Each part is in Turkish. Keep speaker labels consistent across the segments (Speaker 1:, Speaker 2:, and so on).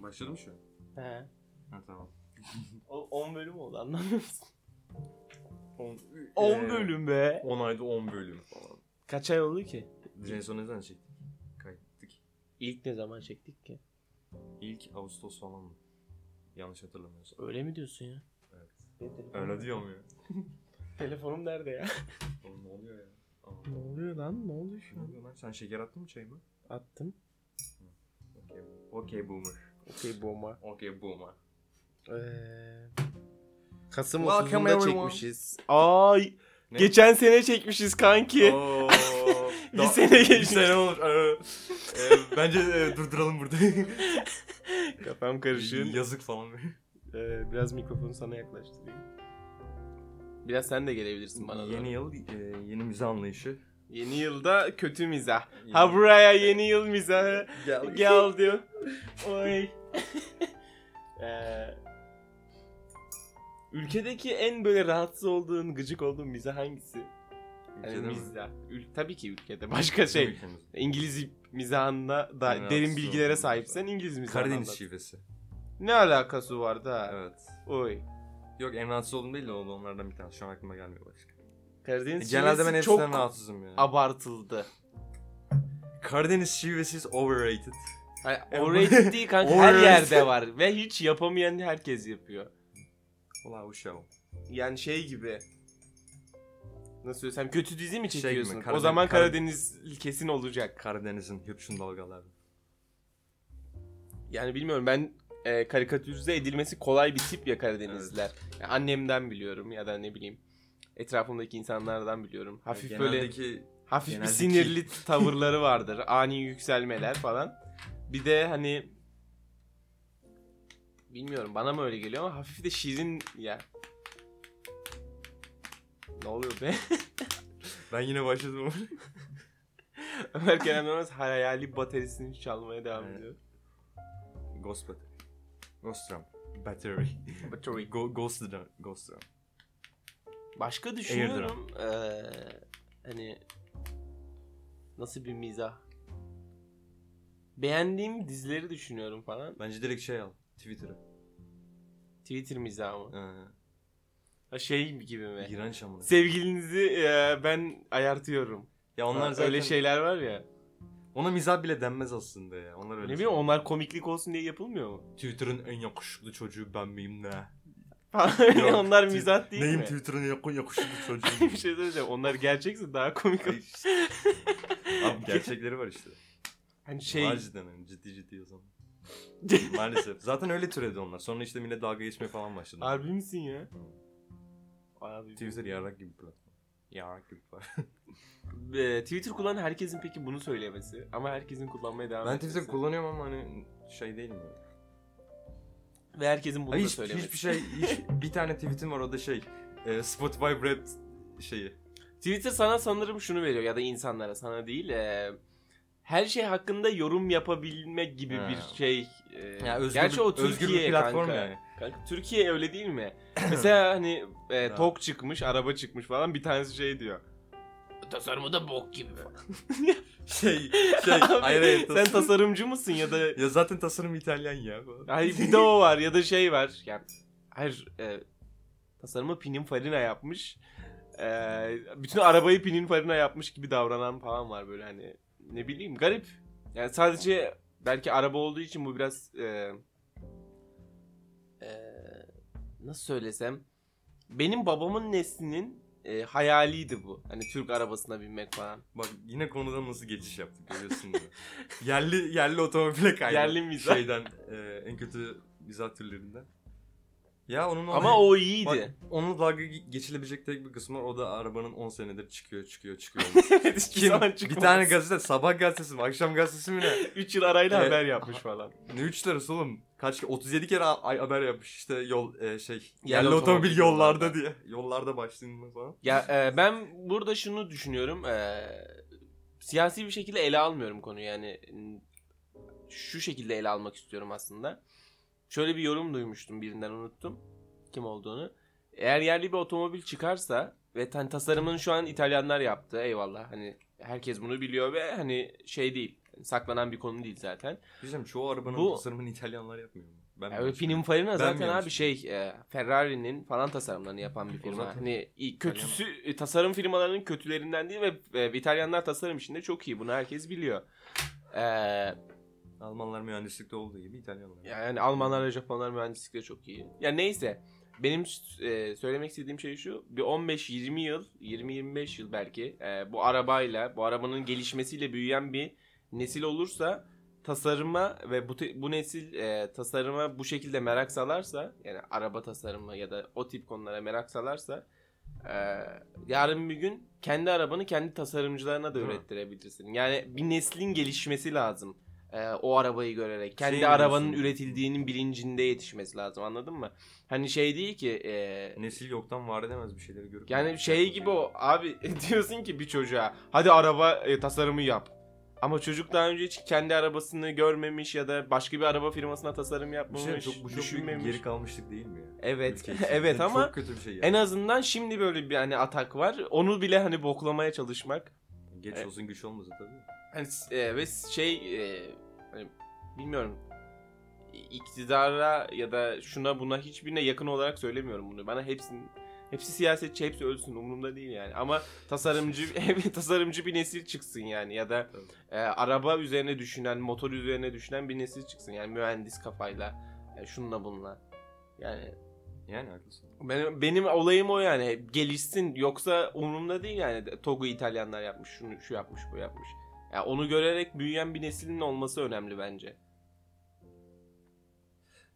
Speaker 1: Başladı mı şu an?
Speaker 2: He.
Speaker 1: Ha tamam.
Speaker 2: O 10 bölüm oldu anlamıyor musun?
Speaker 1: 10
Speaker 2: be.
Speaker 1: 10 Ee, ayda 10 bölüm falan.
Speaker 2: Kaç ay oldu ki?
Speaker 1: Biz en son ne zaman çektik? Kaydettik.
Speaker 2: İlk ne zaman çektik ki?
Speaker 1: İlk Ağustos falan mı? Yanlış hatırlamıyorsam.
Speaker 2: Öyle mi diyorsun ya?
Speaker 1: Evet. Öyle diyor mu ya?
Speaker 2: Telefonum nerede ya?
Speaker 1: Oğlum ne oluyor ya? Aa,
Speaker 2: Ne oluyor lan? Ne oluyor
Speaker 1: Ne oluyor lan? Sen şeker attın mı çayıma?
Speaker 2: Attım.
Speaker 1: Okey. Okey boomer.
Speaker 2: Okey bomba.
Speaker 1: Okey boomer.
Speaker 2: Ee, Kasım
Speaker 1: Welcome
Speaker 2: 30'unda
Speaker 1: everyone.
Speaker 2: çekmişiz. Ay.
Speaker 1: Ne?
Speaker 2: Geçen sene çekmişiz kanki.
Speaker 1: Oo,
Speaker 2: Bir
Speaker 1: da-
Speaker 2: sene
Speaker 1: Bir
Speaker 2: geçti.
Speaker 1: sene olur. Ee, e, bence e, durduralım burada.
Speaker 2: Kafam karışıyor.
Speaker 1: Yazık falan.
Speaker 2: Ee, biraz mikrofonu sana yaklaştırayım. Biraz sen de gelebilirsin bana da.
Speaker 1: yeni yıl, e, yeni müze anlayışı.
Speaker 2: Yeni yılda kötü mizah. Ha buraya yeni yıl mizahı.
Speaker 1: Gel.
Speaker 2: Gel diyor. Oy. Ee, ülkedeki en böyle rahatsız olduğun, gıcık olduğun mizah hangisi? Yani
Speaker 1: Ülkede mi?
Speaker 2: mizah. Ül- tabii ki ülkede. Başka şey.
Speaker 1: Ülkemizde.
Speaker 2: İngiliz mizahında da
Speaker 1: En
Speaker 2: derin
Speaker 1: rahatsız
Speaker 2: bilgilere
Speaker 1: olduğum
Speaker 2: sahipsen İngiliz mizahı
Speaker 1: Karadeniz
Speaker 2: anlat.
Speaker 1: şivesi.
Speaker 2: Ne alakası var da?
Speaker 1: Evet.
Speaker 2: Oy.
Speaker 1: Yok en rahatsız olduğum değil de o da onlardan bir tanesi. Şu an aklıma gelmiyor başka. E,
Speaker 2: Karadeniz
Speaker 1: genelde ben
Speaker 2: şivesi
Speaker 1: hepsinden
Speaker 2: çok
Speaker 1: rahatsızım ya.
Speaker 2: abartıldı.
Speaker 1: Karadeniz şivesi is overrated.
Speaker 2: Hayır,
Speaker 1: E,
Speaker 2: overrated değil kanka her
Speaker 1: Overrated.
Speaker 2: yerde var ve hiç yapamayan herkes yapıyor.
Speaker 1: Ulan uşağım.
Speaker 2: Yani şey gibi. Nasıl söylesem kötü dizi mi
Speaker 1: Şey
Speaker 2: çekiyorsun?
Speaker 1: mi? Karadeniz-
Speaker 2: o zaman
Speaker 1: Kar-
Speaker 2: Karadeniz kesin olacak.
Speaker 1: Karadeniz'in hüpşün dalgaları.
Speaker 2: Yani bilmiyorum ben e, karikatürize edilmesi kolay bir tip ya Karadenizliler. Yani annemden biliyorum ya da ne bileyim etrafımdaki insanlardan biliyorum. Hafif böyle
Speaker 1: Geneldeki
Speaker 2: hafif bir
Speaker 1: Genelde
Speaker 2: sinirli tavırları vardır. Ani yükselmeler falan. Bir de hani bilmiyorum bana mı öyle geliyor ama hafif de şirin ya. Ne oluyor be?
Speaker 1: Ben yine başladım.
Speaker 2: Ömer Kenan Doğmaz hayali bataryasını çalmaya devam
Speaker 1: Evet.
Speaker 2: ediyor.
Speaker 1: Ghost Battery. Ghost Drum. Battery.
Speaker 2: Battery.
Speaker 1: Go- Ghost Drum. Ghost Drum.
Speaker 2: Başka düşünüyorum. eee, hani nasıl bir mizah? Beğendiğim dizileri düşünüyorum falan.
Speaker 1: Bence direkt şey al. Twitter'ı.
Speaker 2: Twitter mizahı mı?
Speaker 1: Ee,
Speaker 2: Ha, Şey gibi mi?
Speaker 1: iğrenç amına.
Speaker 2: Sevgilinizi eee, ben ayartıyorum.
Speaker 1: Ya
Speaker 2: Onlar
Speaker 1: onlar zaten...
Speaker 2: öyle şey- şeyler var ya.
Speaker 1: Ona mizah bile denmez aslında ya. Onlar öyle şey.
Speaker 2: Ne bileyim onlar komiklik olsun diye yapılmıyor mu?
Speaker 1: Twitter'ın en yakışıklı çocuğu ben miyim ne? Yok,
Speaker 2: hani onlar
Speaker 1: tw-
Speaker 2: mizah değil
Speaker 1: Neyim
Speaker 2: mi?
Speaker 1: Twitter'ın yak- yakışıklı çocuğu?
Speaker 2: bir şey söyleyeceğim. Onlar gerçekse daha komik olur.
Speaker 1: Ay, işte. Abi gerçekleri var işte.
Speaker 2: Hani
Speaker 1: Şey...
Speaker 2: şey
Speaker 1: Var cidden hani, ciddi ciddi yazan. Maalesef. Zaten öyle türedi onlar. Sonra işte millet dalga geçmeye falan başladı.
Speaker 2: Harbi misin ya? Abi.
Speaker 1: Twitter yarrak gibi bir platform. Yarrak gibi bir platform.
Speaker 2: Ee, Twitter kullanan herkesin peki bunu söylemesi ama herkesin kullanmaya devam
Speaker 1: Ben
Speaker 2: etmesi.
Speaker 1: Twitter kullanıyorum ama hani şey değilim ya.
Speaker 2: Ve herkesin bunu
Speaker 1: Ay,
Speaker 2: da
Speaker 1: hiç,
Speaker 2: söylemesi.
Speaker 1: hiçbir şey, hiç- bir tane tweetim var o da şey. e, Spotify Wrapped şeyi.
Speaker 2: Twitter sana sanırım şunu veriyor ya da insanlara sana değil. ee, her şey hakkında yorum yapabilme gibi
Speaker 1: Ha.
Speaker 2: bir şey. ee,
Speaker 1: Ya özgür
Speaker 2: gerçi
Speaker 1: bir-
Speaker 2: o
Speaker 1: özgür bir
Speaker 2: Türkiye
Speaker 1: platform
Speaker 2: kanka.
Speaker 1: yani.
Speaker 2: Kanka, Türkiye öyle değil mi? Mesela hani e,
Speaker 1: Ha.
Speaker 2: tok çıkmış, araba çıkmış falan bir tanesi şey diyor. Tasarımı da bok gibi
Speaker 1: Şey, şey.
Speaker 2: Abi,
Speaker 1: hayır hayır.
Speaker 2: Sen tasarımcı mısın ya da
Speaker 1: Ya zaten tasarım İtalyan ya.
Speaker 2: Hayır bir de o var ya da şey var. Yani, hayır e, tasarımı Pininfarina yapmış. E, bütün arabayı Pininfarina yapmış gibi davranan falan var böyle hani ne bileyim garip. Yani sadece belki araba olduğu için bu biraz e, e, nasıl söylesem benim babamın neslinin e, hayaliydi bu. Hani Türk arabasına binmek falan.
Speaker 1: Bak yine konudan nasıl geçiş yaptık görüyorsun bunu. yerli yerli otomobile kaydı.
Speaker 2: Yerli mizah.
Speaker 1: Şeyden e, en kötü mizah türlerinden. Ya onun
Speaker 2: Ama hani o iyiydi.
Speaker 1: Bak, onunla dalga ge- geçilebilecek tek bir kısmı var. O da arabanın 10 senedir çıkıyor çıkıyor çıkıyor.
Speaker 2: Evet, hiçbir
Speaker 1: Kim?
Speaker 2: zaman
Speaker 1: bir
Speaker 2: çıkmaz.
Speaker 1: tane gazete sabah gazetesi mi akşam gazetesi mi ne?
Speaker 2: 3 yıl arayla
Speaker 1: Evet.
Speaker 2: haber yapmış falan.
Speaker 1: Ne üç lirası oğlum? Kaç ke- 37 kere a- ay haber yapmış işte yol e, şey yerli,
Speaker 2: otomobil
Speaker 1: otomobil,
Speaker 2: yollarda.
Speaker 1: yollarda, diye. Yollarda başlığında falan.
Speaker 2: Ya e, ben burada şunu düşünüyorum. e, siyasi bir şekilde ele almıyorum konuyu. Yani n- şu şekilde ele almak istiyorum aslında. Şöyle bir yorum duymuştum birinden unuttum kim olduğunu. Eğer yerli bir otomobil çıkarsa ve hani tasarımını şu an İtalyanlar yaptı eyvallah. Hani herkes bunu biliyor ve hani şey değil. saklanan bir konu değil zaten.
Speaker 1: şey Diyeceğim çoğu arabanın
Speaker 2: Bu-
Speaker 1: tasarımını İtalyanlar yapmıyor mu? Ben
Speaker 2: Yani
Speaker 1: bilmiyorum.
Speaker 2: Pininfarina zaten
Speaker 1: yanlış
Speaker 2: abi şey e, Ferrari'nin falan tasarımlarını yapan bir firma.
Speaker 1: zaten
Speaker 2: hani i- kötüsü e, tasarım firmalarının kötülerinden değil ve e, İtalyanlar tasarım işinde çok iyi. Bunu herkes biliyor. E,
Speaker 1: Almanlar mühendislikte olduğu gibi İtalyanlar.
Speaker 2: yani Almanlar ve Japonlar mühendislikte çok iyi. Ya neyse benim e, söylemek istediğim şey şu. Bir 15-20 yıl, 20-25 yıl belki e, bu arabayla, bu arabanın gelişmesiyle büyüyen bir nesil olursa tasarıma ve bu, te- bu nesil e, tasarıma bu şekilde merak salarsa yani araba tasarımı ya da o tip konulara merak salarsa e, yarın bir gün kendi arabanı kendi tasarımcılarına da
Speaker 1: Değil mi?
Speaker 2: ürettirebilirsin. Yani bir neslin gelişmesi lazım. e, o arabayı görerek. Kendi
Speaker 1: Şey
Speaker 2: arabanın
Speaker 1: diyorsun.
Speaker 2: üretildiğinin bilincinde yetişmesi lazım anladın mı? Hani şey değil ki e,
Speaker 1: Nesil yoktan var edemez bir şeyleri görüp.
Speaker 2: yani şey gibi o abi diyorsun ki bir çocuğa hadi araba e, tasarımı yap. Ama çocuk daha önce hiç kendi arabasını görmemiş ya da başka bir araba firmasına tasarım
Speaker 1: Bir
Speaker 2: yapmamış,
Speaker 1: şey çok, bu çok büyük bir
Speaker 2: düşünmemiş.
Speaker 1: geri kalmışlık değil mi ya?
Speaker 2: evet,
Speaker 1: Ülke için.
Speaker 2: evet
Speaker 1: Yani
Speaker 2: ama
Speaker 1: Çok kötü bir şey yani.
Speaker 2: en azından şimdi böyle bir hani atak var. Onu bile hani boklamaya çalışmak.
Speaker 1: Geç
Speaker 2: Evet.
Speaker 1: olsun güç olmasın tabii.
Speaker 2: Hani s- e, ve şey e, hani bilmiyorum iktidara ya da şuna buna hiçbirine yakın olarak söylemiyorum bunu. Bana hepsini hepsi siyasetçi, hepsi ölsün umurumda değil yani. Ama tasarımcı tasarımcı bir nesil çıksın yani ya da
Speaker 1: Tabii.
Speaker 2: e, araba üzerine düşünen, motor üzerine düşünen bir nesil çıksın. Yani mühendis kafayla, e, şunla bunla. Yani
Speaker 1: Yani haklısın.
Speaker 2: benim, benim olayım o yani. Gelişsin yoksa umurumda değil yani. Togu İtalyanlar yapmış, şunu şu yapmış, bu yapmış. Ya onu görerek büyüyen bir neslin olması önemli bence.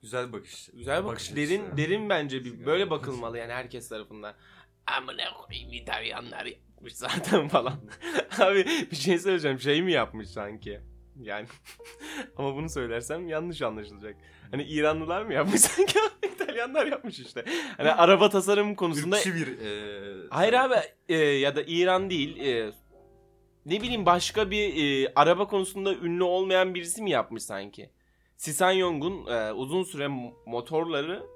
Speaker 1: Güzel bakış.
Speaker 2: Güzel
Speaker 1: Bakış
Speaker 2: bakış.
Speaker 1: açısı.
Speaker 2: Derin derin bence bir
Speaker 1: Güzel
Speaker 2: böyle
Speaker 1: bakış.
Speaker 2: bakılmalı yani herkes tarafından. Amına koyayım İtalyanlar yapmış zaten falan. Abi bir şey söyleyeceğim. Şey mi yapmış sanki? Yani ama bunu söylersem yanlış anlaşılacak. Hani İranlılar mı yapmış sanki? İtalyanlar yapmış işte. Hani araba tasarım konusunda
Speaker 1: Ülkücü bir... eee,
Speaker 2: Hayır
Speaker 1: sen-
Speaker 2: abi e, ya da İran değil. e, ne bileyim başka bir e, araba konusunda ünlü olmayan birisi mi yapmış sanki? Sisan Yong'un e, uzun süre mo- motorları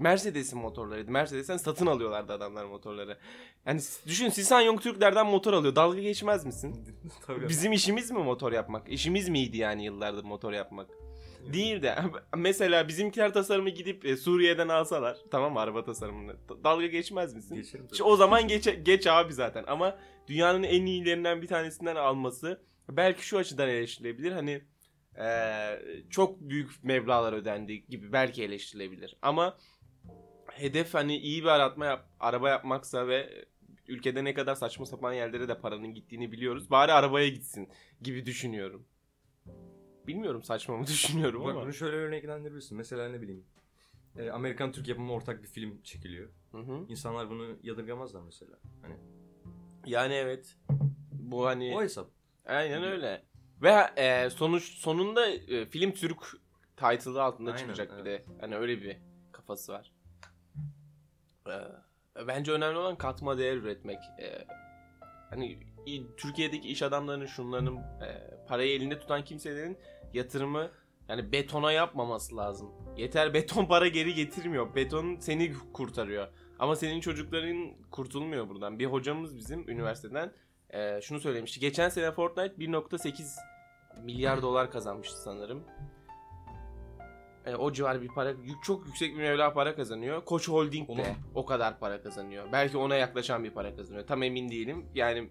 Speaker 2: Mercedes'in motorlarıydı. Mercedes'ten satın alıyorlardı adamlar motorları. Yani s- düşün Sisan Yong Türklerden motor alıyor. Dalga geçmez misin?
Speaker 1: tabii.
Speaker 2: Bizim işimiz mi motor yapmak? İşimiz miydi yani yıllardır motor yapmak?
Speaker 1: Yani
Speaker 2: Değil de mesela bizimkiler tasarımı gidip e, Suriye'den alsalar tamam mı araba tasarımını Da- dalga geçmez misin?
Speaker 1: Geçerim tabii.
Speaker 2: İşte o zaman geç, geç abi zaten ama dünyanın en iyilerinden bir tanesinden alması belki şu açıdan eleştirilebilir hani eee, çok büyük meblalar ödendi gibi belki eleştirilebilir ama hedef hani iyi bir aratma yap- araba yapmaksa ve ülkede ne kadar saçma sapan yerlere de paranın gittiğini biliyoruz bari arabaya gitsin gibi düşünüyorum. Bilmiyorum saçma mı düşünüyorum
Speaker 1: Bak
Speaker 2: ama.
Speaker 1: bunu şöyle örneklendirebilirsin. Mesela ne bileyim. eee, Amerikan Türk yapımı ortak bir film çekiliyor.
Speaker 2: Hı hı.
Speaker 1: İnsanlar bunu yadırgamazlar mesela. Hani
Speaker 2: Yani evet. Bu hani
Speaker 1: o hesap.
Speaker 2: Aynen
Speaker 1: Biliyorum.
Speaker 2: öyle. Ve e, sonuç sonunda e, film Türk title'ı altında
Speaker 1: Aynen,
Speaker 2: çıkacak bir de. Hani öyle bir kafası var. E, bence önemli olan katma değer üretmek. E, hani i- Türkiye'deki iş adamlarının şunların e, parayı elinde tutan kimselerin yatırımı yani betona yapmaması lazım. Yeter beton para geri getirmiyor. Beton seni kurtarıyor. Ama senin çocukların kurtulmuyor buradan. Bir hocamız bizim üniversiteden e, şunu söylemişti. Geçen sene Fortnite 1.8 milyar dolar kazanmıştı sanırım. E, o civar bir para, yük- çok yüksek bir meblağ para kazanıyor. Koç Holding de
Speaker 1: Oğlum.
Speaker 2: o kadar para kazanıyor. Belki ona yaklaşan bir para kazanıyor. Tam emin değilim. Yani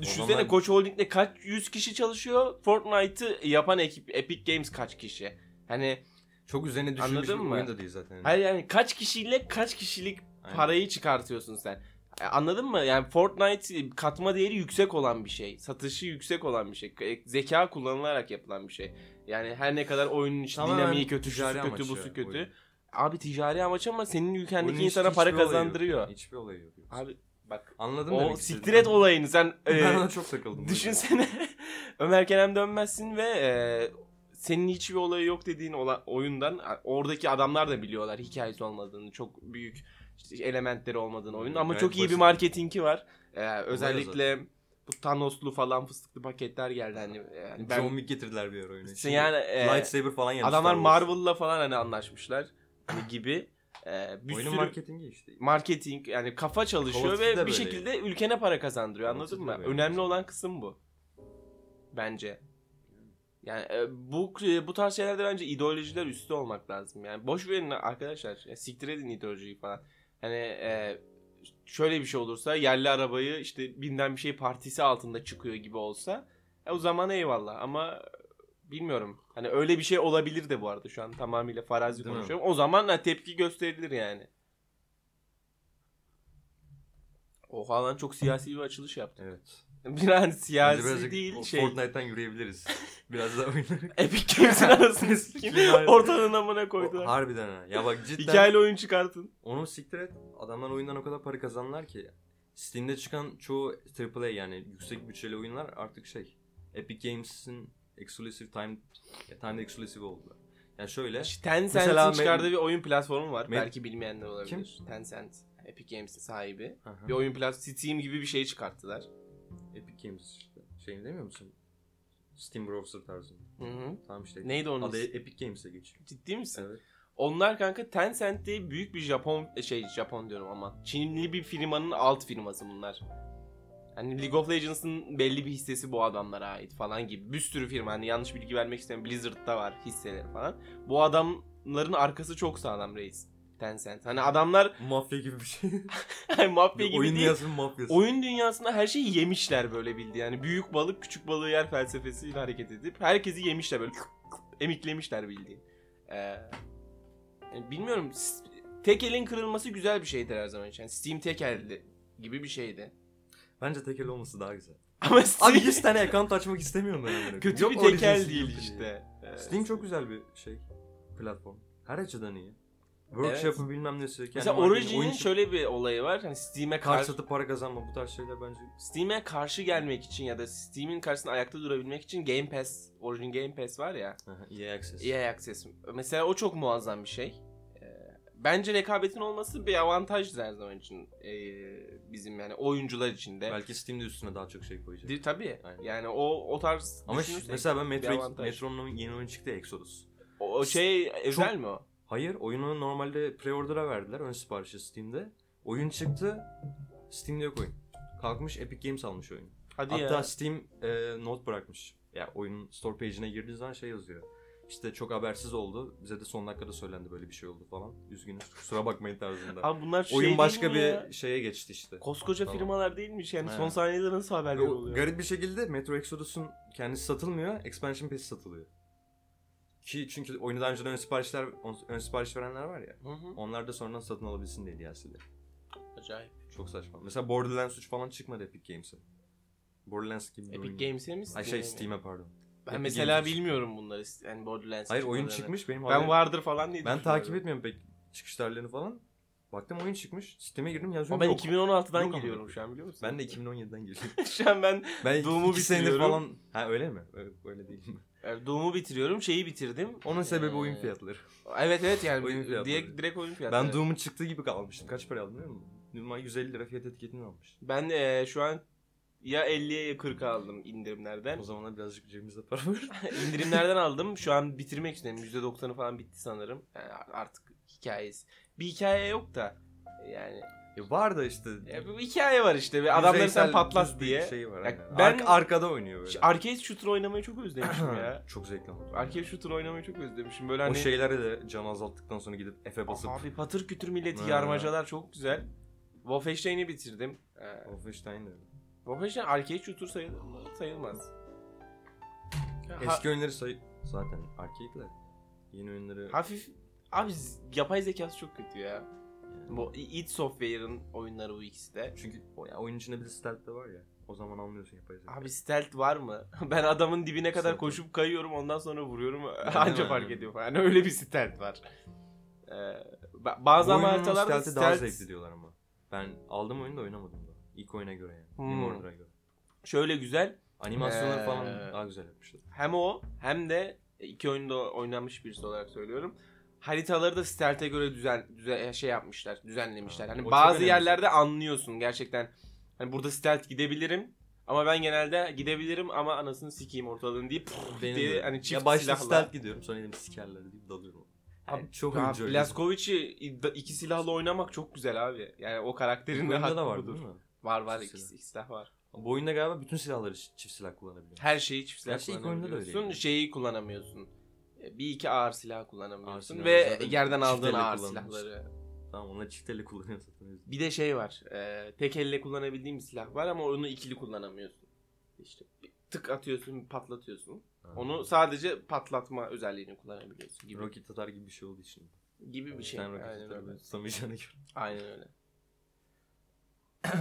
Speaker 2: düşünsene
Speaker 1: zaman-
Speaker 2: Koç Holding'de kaç yüz kişi çalışıyor. Fortnite'ı yapan ekip Epic Games kaç kişi? Hani
Speaker 1: Çok üzerine düşünmüş bir
Speaker 2: Anladın mı?
Speaker 1: oyun da değil zaten.
Speaker 2: hayır yani kaç kişiyle kaç kişilik
Speaker 1: Aynen.
Speaker 2: parayı çıkartıyorsun sen. E, Anladın mı? Yani Fortnite katma değeri yüksek olan bir şey. Satışı yüksek olan bir şey. E, Zeka kullanılarak yapılan bir şey. Yani her ne kadar oyunun içi
Speaker 1: Tamamen
Speaker 2: dinamiği kötü, şusu
Speaker 1: ticari
Speaker 2: kötü,
Speaker 1: amaç
Speaker 2: busu
Speaker 1: ya
Speaker 2: kötü.
Speaker 1: oyun.
Speaker 2: Abi ticari amaç ama senin
Speaker 1: Bunun
Speaker 2: ülkendeki
Speaker 1: hiç-
Speaker 2: insana para
Speaker 1: hiçbir olayı yok
Speaker 2: kazandırıyor.
Speaker 1: yani, Hiçbir olayı yok.
Speaker 2: Abi bak
Speaker 1: Anladım
Speaker 2: o
Speaker 1: demek istediğini.
Speaker 2: siktir et olayını sen e,
Speaker 1: Ben ona çok takıldım.
Speaker 2: Düşünsene Ömer Kerem dönmezsin ve e, senin hiçbir olayı yok dediğin ola- oyundan a- oradaki adamlar da biliyorlar hikayesi olmadığını, çok büyük işte elementleri olmadığını oyunun ama
Speaker 1: Gayet
Speaker 2: çok iyi bir
Speaker 1: basit.
Speaker 2: marketingi var. E, özellikle bu Thanos'lu falan fıstıklı paketler geldi hani yani
Speaker 1: Yani
Speaker 2: ben
Speaker 1: John Wick getirdiler bir ara oyuna.
Speaker 2: işte yani e,
Speaker 1: şey, Lightsaber falan yani.
Speaker 2: adamlar
Speaker 1: Star Wars.
Speaker 2: Marvel'la falan hani anlaşmışlar hani gibi. E, bir
Speaker 1: Oyunun
Speaker 2: sürü
Speaker 1: marketingi işte.
Speaker 2: marketing yani kafa
Speaker 1: Call of
Speaker 2: çalışıyor
Speaker 1: Duty
Speaker 2: ve
Speaker 1: de
Speaker 2: bir
Speaker 1: böyle.
Speaker 2: şekilde ülkene para kazandırıyor
Speaker 1: Call of
Speaker 2: anladın
Speaker 1: Duty de
Speaker 2: mı?
Speaker 1: böyle.
Speaker 2: Önemli olan kısım bu. Bence. Yani e, bu bu tarz şeylerde bence ideolojiler üstü olmak lazım. Yani boş verin arkadaşlar. Ya, siktir edin ideolojiyi falan. Hani e, şöyle bir şey olursa yerli arabayı işte binden bir şey partisi altında çıkıyor gibi olsa e, o zaman eyvallah ama bilmiyorum. Hani öyle bir şey olabilir de bu arada şu an tamamıyla farazi
Speaker 1: Değil mi?
Speaker 2: konuşuyorum. O zaman ha, tepki gösterilir yani. Oha lan çok siyasi bir açılış yaptı.
Speaker 1: Evet.
Speaker 2: Biraz
Speaker 1: Bence
Speaker 2: siyasi
Speaker 1: birazcık
Speaker 2: değil
Speaker 1: o
Speaker 2: şey.
Speaker 1: Fortnite'dan yürüyebiliriz. Biraz daha oynayarak.
Speaker 2: Epic Games'in arasını sikeyim. Ortalığın amına
Speaker 1: O-
Speaker 2: koydular.
Speaker 1: Harbiden ha. Ya bak cidden
Speaker 2: Hikayeli oyun çıkartın.
Speaker 1: onu siktir et. Adamlar oyundan o kadar para kazanlar ki. Steam'de çıkan çoğu AAA yani yüksek bütçeli oyunlar artık şey. Epic Games'in exclusive time ya, time exclusive oldular. Yani şöyle
Speaker 2: İşte Tencent'in
Speaker 1: E, Mesela me-
Speaker 2: çıkardığı bir oyun platformu var.
Speaker 1: Me-
Speaker 2: Belki bilmeyenler olabilir. Tencent. Epic Games'in sahibi.
Speaker 1: Aha.
Speaker 2: Bir oyun platformu. Steam gibi bir şey çıkarttılar.
Speaker 1: Epic Games işte. Şey demiyor musun? Steam browser tarzında.
Speaker 2: Hı hı.
Speaker 1: Tamam işte.
Speaker 2: Neydi onun
Speaker 1: Adı
Speaker 2: ismi?
Speaker 1: Epic Games'e geçiyor.
Speaker 2: Ciddi misin?
Speaker 1: Evet.
Speaker 2: Onlar kanka Tencent diye büyük bir Japon şey Japon diyorum ama Çinli bir firmanın alt firması bunlar. Hani League of Legends'ın belli bir hissesi bu adamlara ait falan gibi. Bir sürü firma hani yanlış bilgi vermek istemiyorum. Blizzard'da var hisseleri falan. Bu adamların arkası çok sağlam reis. Tencent. Hani adamlar hani
Speaker 1: Mafya gibi bir şey.
Speaker 2: mafya
Speaker 1: Bir
Speaker 2: gibi
Speaker 1: oyun
Speaker 2: değil.
Speaker 1: yazın mafyası.
Speaker 2: Oyun dünyasında her şeyi yemişler böyle bildi. Yani büyük balık küçük balığı yer felsefesiyle hareket edip herkesi yemişler böyle emiklemişler bildiğin. Ee, yani bilmiyorum s- tek elin kırılması güzel bir şeydir her zaman için. Yani Steam tek elli gibi bir şeydi.
Speaker 1: Bence tekel olması daha güzel.
Speaker 2: Ama Steam
Speaker 1: Abi 100 tane account açmak istemiyorum ben. amına koyayım.
Speaker 2: kötü
Speaker 1: Yok
Speaker 2: bir
Speaker 1: Origins,
Speaker 2: tekel
Speaker 1: yok
Speaker 2: değil
Speaker 1: Steam.
Speaker 2: işte. Ee,
Speaker 1: Steam çok güzel bir şey. Platform. Her açıdan iyi. Workshop'ı bilmem nesi. kendi
Speaker 2: Mesela
Speaker 1: markanı,
Speaker 2: Origin'in
Speaker 1: oyun
Speaker 2: şöyle bir olayı var. Hani Steam'e
Speaker 1: kart
Speaker 2: karşı
Speaker 1: satıp para kazanma bu tarz şeyler bence.
Speaker 2: Steam'e karşı gelmek için ya da Steam'in karşısında ayakta durabilmek için Game Pass, Origin Game Pass var ya.
Speaker 1: Aha, EA Access.
Speaker 2: EA E, Access. Mesela o çok muazzam bir şey. Ee, Bence rekabetin olması bir avantajdır her zaman için ee, bizim yani oyuncular için de.
Speaker 1: Belki Steam'de üstüne daha çok şey koyacak.
Speaker 2: Di- Tabii.
Speaker 1: Aynen.
Speaker 2: Yani o o tarz
Speaker 1: Ama şu-
Speaker 2: düşünürsek
Speaker 1: mesela ben
Speaker 2: bir
Speaker 1: Metro,
Speaker 2: avantaj.
Speaker 1: Metro'nun yeni oyunu çıktı ya, Exodus.
Speaker 2: o, o şey özel mi o?
Speaker 1: Hayır oyunu normalde pre-order'a verdiler ön siparişi Steam'de. Oyun çıktı Steam'de yok oyun. Kalkmış Epic Games almış oyunu.
Speaker 2: Hadi
Speaker 1: Hatta
Speaker 2: ya.
Speaker 1: Steam e, not bırakmış. Ya oyunun store page'ine girdiğiniz zaman şey yazıyor. İşte çok habersiz oldu. Bize de son dakikada söylendi böyle bir şey oldu falan. Üzgünüz. Kusura bakmayın tarzında.
Speaker 2: Abi bunlar şey
Speaker 1: Oyun
Speaker 2: değil
Speaker 1: başka
Speaker 2: mi
Speaker 1: bir
Speaker 2: ya?
Speaker 1: şeye geçti işte.
Speaker 2: koskoca
Speaker 1: Tamam.
Speaker 2: firmalar değilmiş yani son
Speaker 1: Aynen.
Speaker 2: saniyede nasıl haberler
Speaker 1: Ve o-
Speaker 2: oluyor?
Speaker 1: garip bir şekilde Metro Exodus'un kendisi satılmıyor. Expansion Pass satılıyor. Ki çünkü oyunu daha önceden ön siparişler ön sipariş verenler var ya.
Speaker 2: Hı hı.
Speaker 1: Onlar da sonradan satın alabilsin diye DLC'leri.
Speaker 2: Acayip.
Speaker 1: Çok saçma. Mesela Borderlands 3 falan çıkmadı Epic Games'e. Borderlands gibi bir oyun.
Speaker 2: Epic Games'e mi?
Speaker 1: Ay
Speaker 2: Steam'e
Speaker 1: şey
Speaker 2: mi?
Speaker 1: Steam'e pardon.
Speaker 2: Ben
Speaker 1: Epic
Speaker 2: mesela
Speaker 1: Games'e.
Speaker 2: bilmiyorum bunları. Yani Borderlands.
Speaker 1: Hayır oyun
Speaker 2: çıkmalarını.
Speaker 1: çıkmış benim
Speaker 2: Ben
Speaker 1: haberim-
Speaker 2: vardır falan diye
Speaker 1: Ben takip
Speaker 2: düşünüyorum.
Speaker 1: etmiyorum pek çıkış tarihlerini falan. Baktım oyun çıkmış. Steam'e girdim yazıyorum
Speaker 2: Ama ben
Speaker 1: yok.
Speaker 2: 2016'dan
Speaker 1: Yok ama.
Speaker 2: geliyorum şu an biliyor musun?
Speaker 1: Ben de 2017'den geliyorum.
Speaker 2: Şu an ben
Speaker 1: ben
Speaker 2: Doom'u
Speaker 1: Doom'u bir senedir
Speaker 2: bitiriyorum.
Speaker 1: falan. Ha öyle mi? Öyle, öyle değil mi?
Speaker 2: e, Doom'u bitiriyorum, şeyi bitirdim.
Speaker 1: Onun sebebi oyun
Speaker 2: Ee,
Speaker 1: fiyatları.
Speaker 2: Evet evet yani
Speaker 1: Oyun fiyatları.
Speaker 2: direkt, direkt oyun fiyatları.
Speaker 1: Ben Doom'un çıktığı gibi kalmıştım. Kaç para aldım biliyor musun? Normal 150 lira fiyat etiketini almış.
Speaker 2: Ben e, şu an ya 50'ye ya 40'a aldım indirimlerden.
Speaker 1: O zamanlar birazcık cebimizde para var.
Speaker 2: indirimlerden aldım. Şu an bitirmek üzereyim. %90'ı falan bitti sanırım. Yani artık hikayesi. Bir hikaye yok da yani
Speaker 1: e var da işte.
Speaker 2: e, bir hikaye var işte. Bir adamları sen
Speaker 1: yüzeysel
Speaker 2: patlat
Speaker 1: düz bir
Speaker 2: diye.
Speaker 1: Şey var,
Speaker 2: Ya
Speaker 1: aynen.
Speaker 2: ben-
Speaker 1: ben arkada oynuyor böyle.
Speaker 2: Şu Arcade shooter oynamayı çok özlemişim ya.
Speaker 1: Çok zevkli ama.
Speaker 2: Arcade shooter oynamayı çok özlemişim. Böyle
Speaker 1: O şey
Speaker 2: hani
Speaker 1: şeylere de can azalttıktan sonra gidip F'e basıp
Speaker 2: Abi patır kütür milleti
Speaker 1: Ha.
Speaker 2: yarmacalar çok güzel. Wolfenstein'i bitirdim. Ee,
Speaker 1: Wolfenstein de.
Speaker 2: Wolfenstein arcade shooter sayılır mı? Sayılmaz. Ha-
Speaker 1: Eski oyunları say zaten arcade'ler. Yeni oyunları
Speaker 2: hafif abi z- yapay zekası çok kötü ya.
Speaker 1: Yani
Speaker 2: Bu i- id Software'ın oyunları bu ikisi de.
Speaker 1: çünkü o- ya oyunun içinde bir de stealth de var ya. O zaman anlıyorsun yapay zeka.
Speaker 2: Abi stealth var mı? Ben adamın dibine kadar
Speaker 1: Stealth
Speaker 2: koşup kayıyorum ondan sonra vuruyorum
Speaker 1: aynen.
Speaker 2: anca fark ediyor falan. Yani öyle bir stealth var. Ee, ba- bazı
Speaker 1: oyunun
Speaker 2: haritalarda
Speaker 1: stealth'i daha
Speaker 2: stealth,
Speaker 1: zevkli diyorlar ama. Ben aldım oyunu da oynamadım da. İlk oyuna göre yani.
Speaker 2: Hmm.
Speaker 1: New Order'a göre.
Speaker 2: şöyle güzel.
Speaker 1: Animasyonları
Speaker 2: Ee,
Speaker 1: falan daha güzel yapmışlar.
Speaker 2: hem o hem de e, iki oyunda oynanmış birisi olarak söylüyorum. Haritaları da stealth'e göre düzen, düzen şey yapmışlar, düzenlemişler.
Speaker 1: Ha,
Speaker 2: Hani
Speaker 1: o çok
Speaker 2: bazı
Speaker 1: önemli.
Speaker 2: yerlerde anlıyorsun gerçekten. Hani burada stealth gidebilirim ama ben genelde gidebilirim ama anasını sikeyim ortalığın deyip
Speaker 1: Benim
Speaker 2: diye
Speaker 1: de-
Speaker 2: hani çift
Speaker 1: ya başta
Speaker 2: silahla-
Speaker 1: stealth gidiyorum sonra dedim sikerler deyip dalıyorum.
Speaker 2: Abi-
Speaker 1: Abi, çok
Speaker 2: Abi,
Speaker 1: oyuncu öyle.
Speaker 2: Blazkowicz'i id- iki silahla oynamak çok güzel abi. Yani o karakterin
Speaker 1: Oyunda
Speaker 2: hakkı
Speaker 1: da var
Speaker 2: budur.
Speaker 1: değil mi?
Speaker 2: Var var
Speaker 1: İki
Speaker 2: iki,
Speaker 1: silah.
Speaker 2: iki silah var.
Speaker 1: Bu oyunda galiba bütün silahları ç- çift silah kullanabiliyor.
Speaker 2: Her şeyi çift silah
Speaker 1: Her şey ilk oyunda da
Speaker 2: kullanabiliyorsun.
Speaker 1: öyleydi.
Speaker 2: Şeyi kullanamıyorsun. E, Bir iki ağır silah
Speaker 1: Ağır
Speaker 2: kullanamıyorsun.
Speaker 1: silah.
Speaker 2: Ve
Speaker 1: Zaten
Speaker 2: yerden
Speaker 1: çift
Speaker 2: aldığın
Speaker 1: elle
Speaker 2: ağır
Speaker 1: kullanılmış.
Speaker 2: silahları.
Speaker 1: Tamam onlar çift elle kullanıyor zaten. o yüzden.
Speaker 2: Bir de şey var. E, tek elle kullanabildiğin bir silah var ama onu ikili kullanamıyorsun. İşte bir tık atıyorsun patlatıyorsun.
Speaker 1: Ha.
Speaker 2: Onu sadece patlatma özelliğini kullanabiliyorsun gibi.
Speaker 1: Roket atar gibi bir şey olduğu için.
Speaker 2: Gibi bir şey.
Speaker 1: Sen roket
Speaker 2: Aynen
Speaker 1: atar
Speaker 2: öyle.
Speaker 1: böyle tutamayacağını gör.
Speaker 2: Aynen öyle.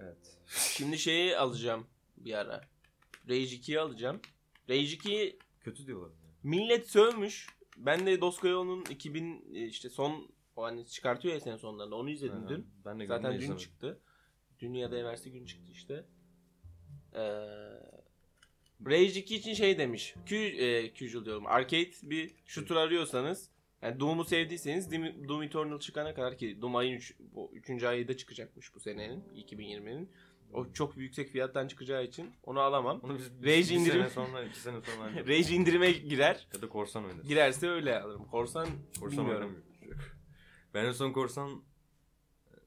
Speaker 1: evet.
Speaker 2: Şimdi şeyi alacağım bir ara. Rage 2'yi alacağım. Rage 2'yi
Speaker 1: Kötü diyorlar. Yani.
Speaker 2: millet sövmüş. Ben de Doskoyo'nun 2000 e, işte son o hani çıkartıyor ya sene sonlarında onu izledim
Speaker 1: Ha,
Speaker 2: dün.
Speaker 1: Ben de
Speaker 2: Zaten dün
Speaker 1: görmeyi izlemedim.
Speaker 2: çıktı. Dün ya da evvelsi gün çıktı işte. Ee, Rage 2 için şey demiş. Q, e, Qjul diyorum. Arcade bir shooter arıyorsanız yani Doom'u sevdiyseniz Doom- Doom Eternal çıkana kadar ki Doom ayın 3. bu 3. ayda çıkacakmış bu senenin 2020'nin. O çok yüksek fiyattan çıkacağı için onu alamam.
Speaker 1: Onu biz
Speaker 2: Rage
Speaker 1: Rage iki
Speaker 2: indirim.
Speaker 1: sene sonra, iki sene sonra oynarız.
Speaker 2: Rage indirime girer.
Speaker 1: ya da korsan oynarız.
Speaker 2: Girerse öyle alırım. Korsan,
Speaker 1: Korsan
Speaker 2: bilmiyorum.
Speaker 1: oynamıyorum. ben en son korsan e,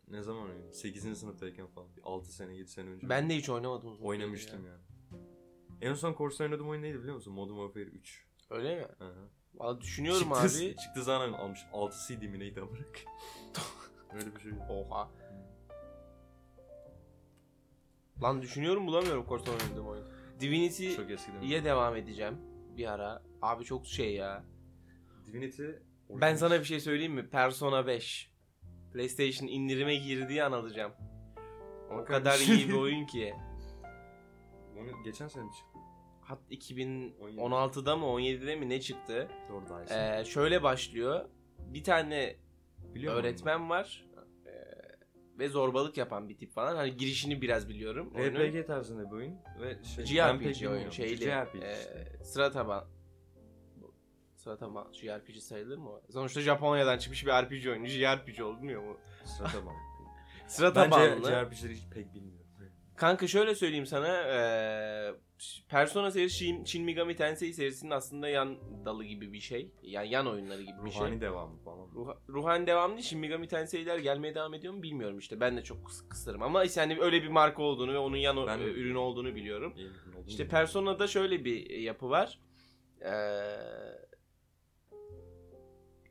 Speaker 1: ne zaman oynadım? 8. sınıftayken falan. 6 sene 7 sene önce.
Speaker 2: Ben de hiç oynamadım. uzun süredir
Speaker 1: oynamıştım
Speaker 2: ya.
Speaker 1: yani. En son korsan oynadığım oyun neydi biliyor musun? Modern Warfare 3.
Speaker 2: Öyle mi?
Speaker 1: Hı hı.
Speaker 2: Valla düşünüyorum
Speaker 1: çıktı,
Speaker 2: abi.
Speaker 1: Çıktı zaten almışım. 6 CD mi neydi amına koyayım? Öyle bir şey.
Speaker 2: Oha. Lan düşünüyorum bulamıyorum korsan oynadığım oyun. Divinity'ye
Speaker 1: Çok eskiden.
Speaker 2: devam edeceğim bir ara. Abi çok şey ya.
Speaker 1: Divinity.
Speaker 2: Ben sana bir şey söyleyeyim mi? Persona 5. PlayStation indirime girdiği an alacağım. şey- O
Speaker 1: Bakalım.
Speaker 2: kadar iyi bir oyun ki.
Speaker 1: Onu geçen sene mi çıktı?
Speaker 2: Hat 2016'da mı 17'de mi ne çıktı?
Speaker 1: Doğru daha eski.
Speaker 2: Ee, şöyle başlıyor. Bir tane
Speaker 1: Biliyor musun
Speaker 2: öğretmen var. Ee, ve zorbalık yapan bir tip falan. Hani girişini biraz biliyorum.
Speaker 1: bunu?
Speaker 2: oyunun.
Speaker 1: RPG tarzında bir oyun ve şey, ben pek
Speaker 2: JRPG oyun
Speaker 1: bilmiyorum.
Speaker 2: şeyli.
Speaker 1: JRPG
Speaker 2: e,
Speaker 1: işte.
Speaker 2: sıra taban. bu- Sıra taban JRPG sayılır mı? Sonuçta Japonya'dan çıkmış bir RPG oyunu. JRPG olmuyor mu?
Speaker 1: Sıra taban.
Speaker 2: ee, Sıra
Speaker 1: Bence
Speaker 2: tabanlı.
Speaker 1: JRPG'leri hiç pek bilmiyorum.
Speaker 2: Kanka şöyle söyleyeyim sana. e, Persona serisi Shin, Shin Megami Tensei serisinin aslında yan dalı gibi bir şey. Yani yan oyunları gibi bir
Speaker 1: Ruhani
Speaker 2: şey.
Speaker 1: devamı falan.
Speaker 2: Ruha, ruhani devamlı Shin Megami Tensei'ler gelmeye devam ediyor mu bilmiyorum işte. Ben de çok kıs- kısırım ama işte hani öyle bir marka olduğunu ve onun yan o-
Speaker 1: Ben Hmm. de-
Speaker 2: ürünü olduğunu biliyorum.
Speaker 1: Yeni olduğunu
Speaker 2: İşte
Speaker 1: bilmiyorum.
Speaker 2: Persona'da şöyle bir e, yapı var. Ee,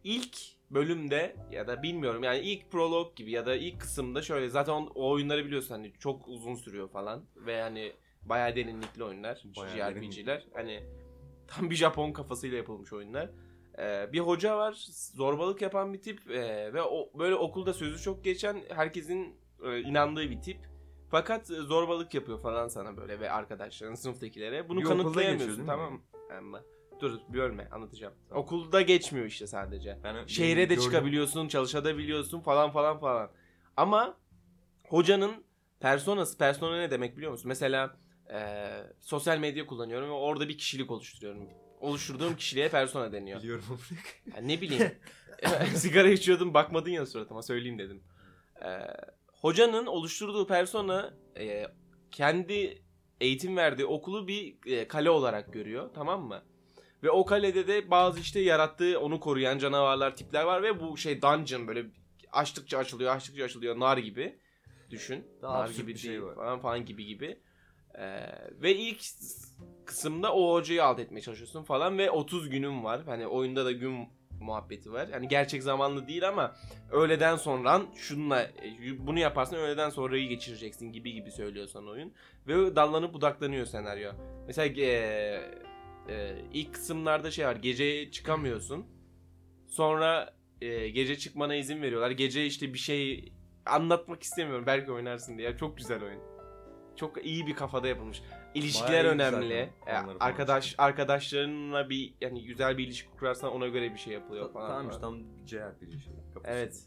Speaker 2: ilk bölümde ya da bilmiyorum yani ilk prolog gibi ya da ilk kısımda şöyle zaten on- o oyunları biliyorsun hani çok uzun sürüyor falan ve yani bayağı derinlikli oyunlar.
Speaker 1: Bayağı
Speaker 2: JRPG'ler. Hani tam bir Japon kafasıyla yapılmış oyunlar. Ee, bir hoca var zorbalık yapan bir tip ee, ve o, böyle okulda sözü çok geçen herkesin e, inandığı bir tip. Fakat e, zorbalık yapıyor falan sana böyle ve arkadaşların sınıftakilere. Bunu
Speaker 1: Bir okulda geçiyor
Speaker 2: kanıtlayamıyorsun
Speaker 1: değil
Speaker 2: tamam
Speaker 1: mi?
Speaker 2: mı? Ama dur dur, bölme anlatacağım.
Speaker 1: Tamam.
Speaker 2: Okulda geçmiyor işte sadece.
Speaker 1: Ben-
Speaker 2: Şehre
Speaker 1: benim
Speaker 2: de
Speaker 1: gördüğüm-
Speaker 2: çıkabiliyorsun, çalışabiliyorsun falan falan falan. Ama hocanın personası, persona ne demek biliyor musun? Mesela e, sosyal medya kullanıyorum ve orada bir kişilik oluşturuyorum. Oluşturduğum kişiliğe persona deniyor.
Speaker 1: Biliyorum onu.
Speaker 2: Yani ne bileyim. Sigara içiyordum bakmadın ya suratıma söyleyeyim dedim. Ee, hocanın oluşturduğu persona e, kendi eğitim verdiği okulu bir e, kale olarak görüyor tamam mı? Ve o kalede de bazı işte yarattığı onu koruyan canavarlar tipler var ve bu şey dungeon böyle açtıkça açılıyor açtıkça açılıyor nar gibi düşün.
Speaker 1: Daha
Speaker 2: nar
Speaker 1: absürt
Speaker 2: gibi
Speaker 1: bir şey
Speaker 2: değil
Speaker 1: var.
Speaker 2: falan falan gibi gibi. Ee, ve ilk s- kısımda o hocayı alt etmeye çalışıyorsun falan ve 30 günüm var. Hani oyunda da gün muhabbeti var. Hani gerçek zamanlı değil ama öğleden sonra şununla e, bunu yaparsan öğleden sonrayı geçireceksin gibi gibi söylüyor sana oyun. Ve dallanıp budaklanıyor senaryo. Mesela e, e, ilk kısımlarda şey var gece çıkamıyorsun. Sonra e, gece çıkmana izin veriyorlar. Gece işte bir şey anlatmak istemiyorum. Belki oynarsın diye. Çok güzel oyun. Çok iyi bir kafada yapılmış. İlişkiler
Speaker 1: Bayağı iyi
Speaker 2: önemli.
Speaker 1: zaten
Speaker 2: E,
Speaker 1: onları falan
Speaker 2: arkadaş arkadaşlarınla bir yani güzel bir ilişki kurarsan ona göre bir şey yapılıyor falan.
Speaker 1: Tamam işte tam JRPG şey. Kapısı.
Speaker 2: Evet.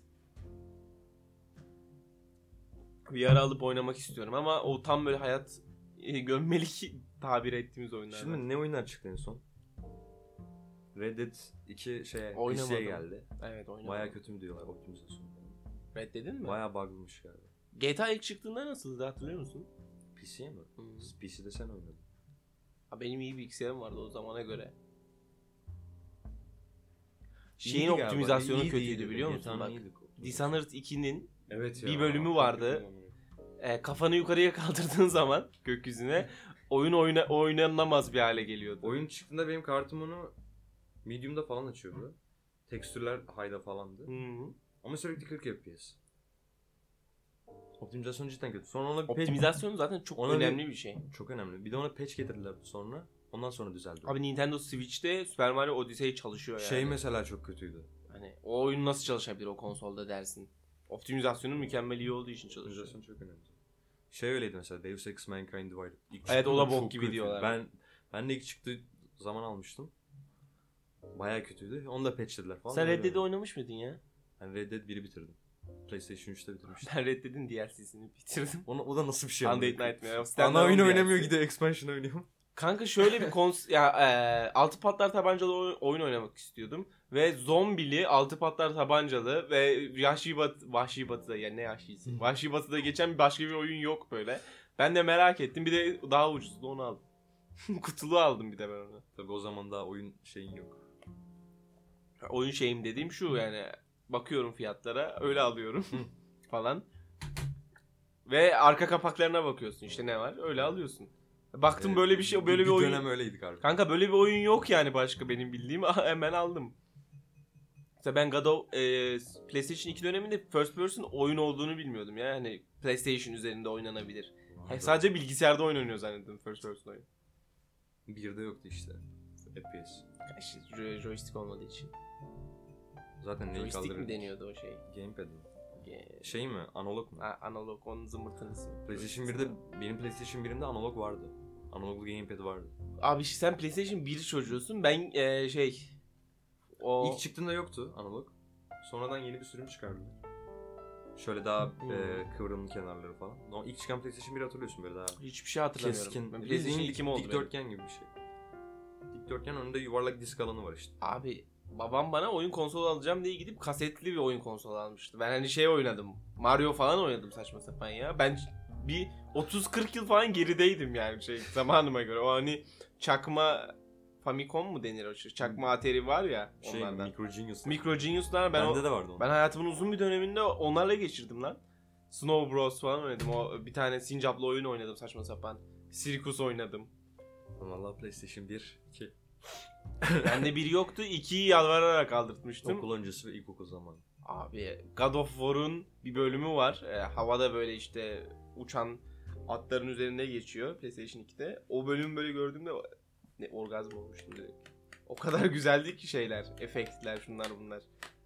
Speaker 2: VR alıp oynamak istiyorum ama o tam böyle hayat e, gömmelik tabir ettiğimiz oyunlar.
Speaker 1: Şimdi ne oyunlar çıktı en son? Red Dead 2 şeye
Speaker 2: Oynamadım.
Speaker 1: PC'ye geldi.
Speaker 2: evet oynadım.
Speaker 1: Bayağı kötü mü diyorlar optimizasyon.
Speaker 2: Reddedin mi?
Speaker 1: Bayağı bug'lıymış galiba.
Speaker 2: GTA ilk çıktığında nasıldı hatırlıyor musun?
Speaker 1: PC'ye mi? PC'de sen oynadın.
Speaker 2: Ha, benim iyi bilgisayarım vardı o zamana göre.
Speaker 1: İyiydi
Speaker 2: Şeyin
Speaker 1: galiba.
Speaker 2: optimizasyonu
Speaker 1: İyiydi,
Speaker 2: kötüydü
Speaker 1: iyiydi.
Speaker 2: biliyor musun?
Speaker 1: Yatağına
Speaker 2: Bak,
Speaker 1: iyiydi.
Speaker 2: Dishonored 2'nin
Speaker 1: Evet
Speaker 2: bir bölümü vardı. e, e, kafanı yukarıya kaldırdığın zaman gökyüzüne oyun oyna, oynanamaz bir hale geliyordu.
Speaker 1: Oyun çıktığında benim kartım onu medium'da falan açıyordu. Tekstürler high'da falandı.
Speaker 2: Hı.
Speaker 1: Ama sürekli 40 FPS. Optimizasyon cidden kötü. Sonra ona bir patch-
Speaker 2: Optimizasyon zaten çok
Speaker 1: Ona bir-
Speaker 2: önemli bir şey.
Speaker 1: Çok önemli. Bir de ona patch getirdiler sonra. Ondan sonra düzeldi.
Speaker 2: Abi Nintendo Switch'te Super Mario Odyssey çalışıyor yani.
Speaker 1: şey mesela çok kötüydü.
Speaker 2: Hani o oyun nasıl çalışabilir o konsolda dersin. Optimizasyonu mükemmel iyi olduğu için çalışıyor.
Speaker 1: Optimizasyon çok önemli. Şey öyleydi mesela Deus Ex Mankind Divided. İlk
Speaker 2: Evet, o da
Speaker 1: çıktığında
Speaker 2: bok
Speaker 1: çok
Speaker 2: gibi diyorlar.
Speaker 1: Ben, ben de ilk çıktığı zaman almıştım. Baya kötüydü. Onu da patchlediler falan.
Speaker 2: Sen
Speaker 1: Öyle
Speaker 2: Red Dead'i
Speaker 1: öyle.
Speaker 2: oynamış mıydın ya?
Speaker 1: Ben Red Dead 1'i bitirdim. PlayStation 3'te bitirmiştim.
Speaker 2: Ben Red Dead'in DLC'sini bitirdim.
Speaker 1: Onu, o da nasıl bir şey?
Speaker 2: Undead
Speaker 1: amına koyayım?
Speaker 2: Nightmare. of
Speaker 1: Ana oyunu
Speaker 2: Standalone
Speaker 1: oynamıyor
Speaker 2: DLC.
Speaker 1: gidiyor expansion oynuyor.
Speaker 2: Kanka şöyle bir kons ya e, altı patlar tabancalı oy- oyun oynamak istiyordum ve zombili altı patlar tabancalı ve Yahşi Bat Vahşi Batı'da yani ne Yahşisi? Vahşi Batı'da geçen bir başka bir oyun yok böyle. Ben de merak ettim. Bir de daha ucuzdu onu aldım. Kutulu aldım bir de ben onu.
Speaker 1: Tabii o zaman daha oyun şeyin yok.
Speaker 2: Oyun şeyim dediğim şu yani bakıyorum fiyatlara öyle alıyorum falan. Ve arka kapaklarına bakıyorsun işte ne var öyle alıyorsun. Baktım
Speaker 1: Ee,
Speaker 2: böyle bir şey böyle bir, oyun.
Speaker 1: dönem öyleydik abi.
Speaker 2: Kanka böyle bir oyun yok yani başka benim bildiğim. Ah, Hemen aldım. Mesela ben God of, e, PlayStation 2 döneminde first person oyun olduğunu bilmiyordum ya. Hani PlayStation üzerinde oynanabilir.
Speaker 1: Doğru.
Speaker 2: He, E, sadece bilgisayarda oyun oynuyor zannettim first person oyun.
Speaker 1: Bir de yoktu işte. FPS.
Speaker 2: İşte jo- joystick olmadığı için.
Speaker 1: Zaten neyi
Speaker 2: joystick
Speaker 1: kaldırır?
Speaker 2: mi deniyordu o şey?
Speaker 1: Gamepad mi?
Speaker 2: Ge-
Speaker 1: Şey mi? Analog mu?
Speaker 2: A- analog onun zımbırtın ismi.
Speaker 1: PlayStation 1'de benim PlayStation 1'imde analog vardı. Analoglu gamepad vardı.
Speaker 2: Abi işte sen PlayStation 1 çocuğusun. Ben e, şey... O...
Speaker 1: İlk çıktığında yoktu analog. Sonradan yeni bir sürüm çıkardılar. Şöyle daha
Speaker 2: Hmm.
Speaker 1: e, kıvrımlı kenarları falan. O ilk çıkan PlayStation 1 hatırlıyorsun böyle daha
Speaker 2: Hiçbir şey hatırlamıyorum. Ben
Speaker 1: keskin.
Speaker 2: PlayStation
Speaker 1: Bildiğin
Speaker 2: 2 mi oldu? benim?
Speaker 1: Dikdörtgen gibi bir şey. Dikdörtgen önünde yuvarlak disk alanı var işte.
Speaker 2: Abi babam bana oyun konsolu alacağım diye gidip kasetli bir oyun konsolu almıştı. Ben hani şey oynadım. Mario falan oynadım saçma sapan ya. Ben bir 30-40 yıl falan gerideydim yani şey zamanıma göre. O hani çakma Famicom mu denir o şey? Çakma Atari var ya
Speaker 1: Hmm. Şey
Speaker 2: onlardan.
Speaker 1: Micro Genius.
Speaker 2: Micro Genius'lar ben,
Speaker 1: Bende
Speaker 2: o-
Speaker 1: de vardı onun.
Speaker 2: ben hayatımın uzun bir döneminde onlarla geçirdim lan. Snow Bros falan oynadım. O bir tane sincaplı oyun oynadım saçma sapan. Sirkus oynadım.
Speaker 1: Valla PlayStation 1, 2.
Speaker 2: Bende bir yoktu. ikiyi yalvararak aldırtmıştım.
Speaker 1: Okul öncesi ve ilkokul zamanı.
Speaker 2: Abi God of War'un bir bölümü var. Ee, havada böyle işte uçan atların üzerinde geçiyor PlayStation 2'de. O bölümü böyle gördüğümde ne orgazm olmuştum direkt. O kadar güzeldi ki şeyler, efektler, şunlar bunlar.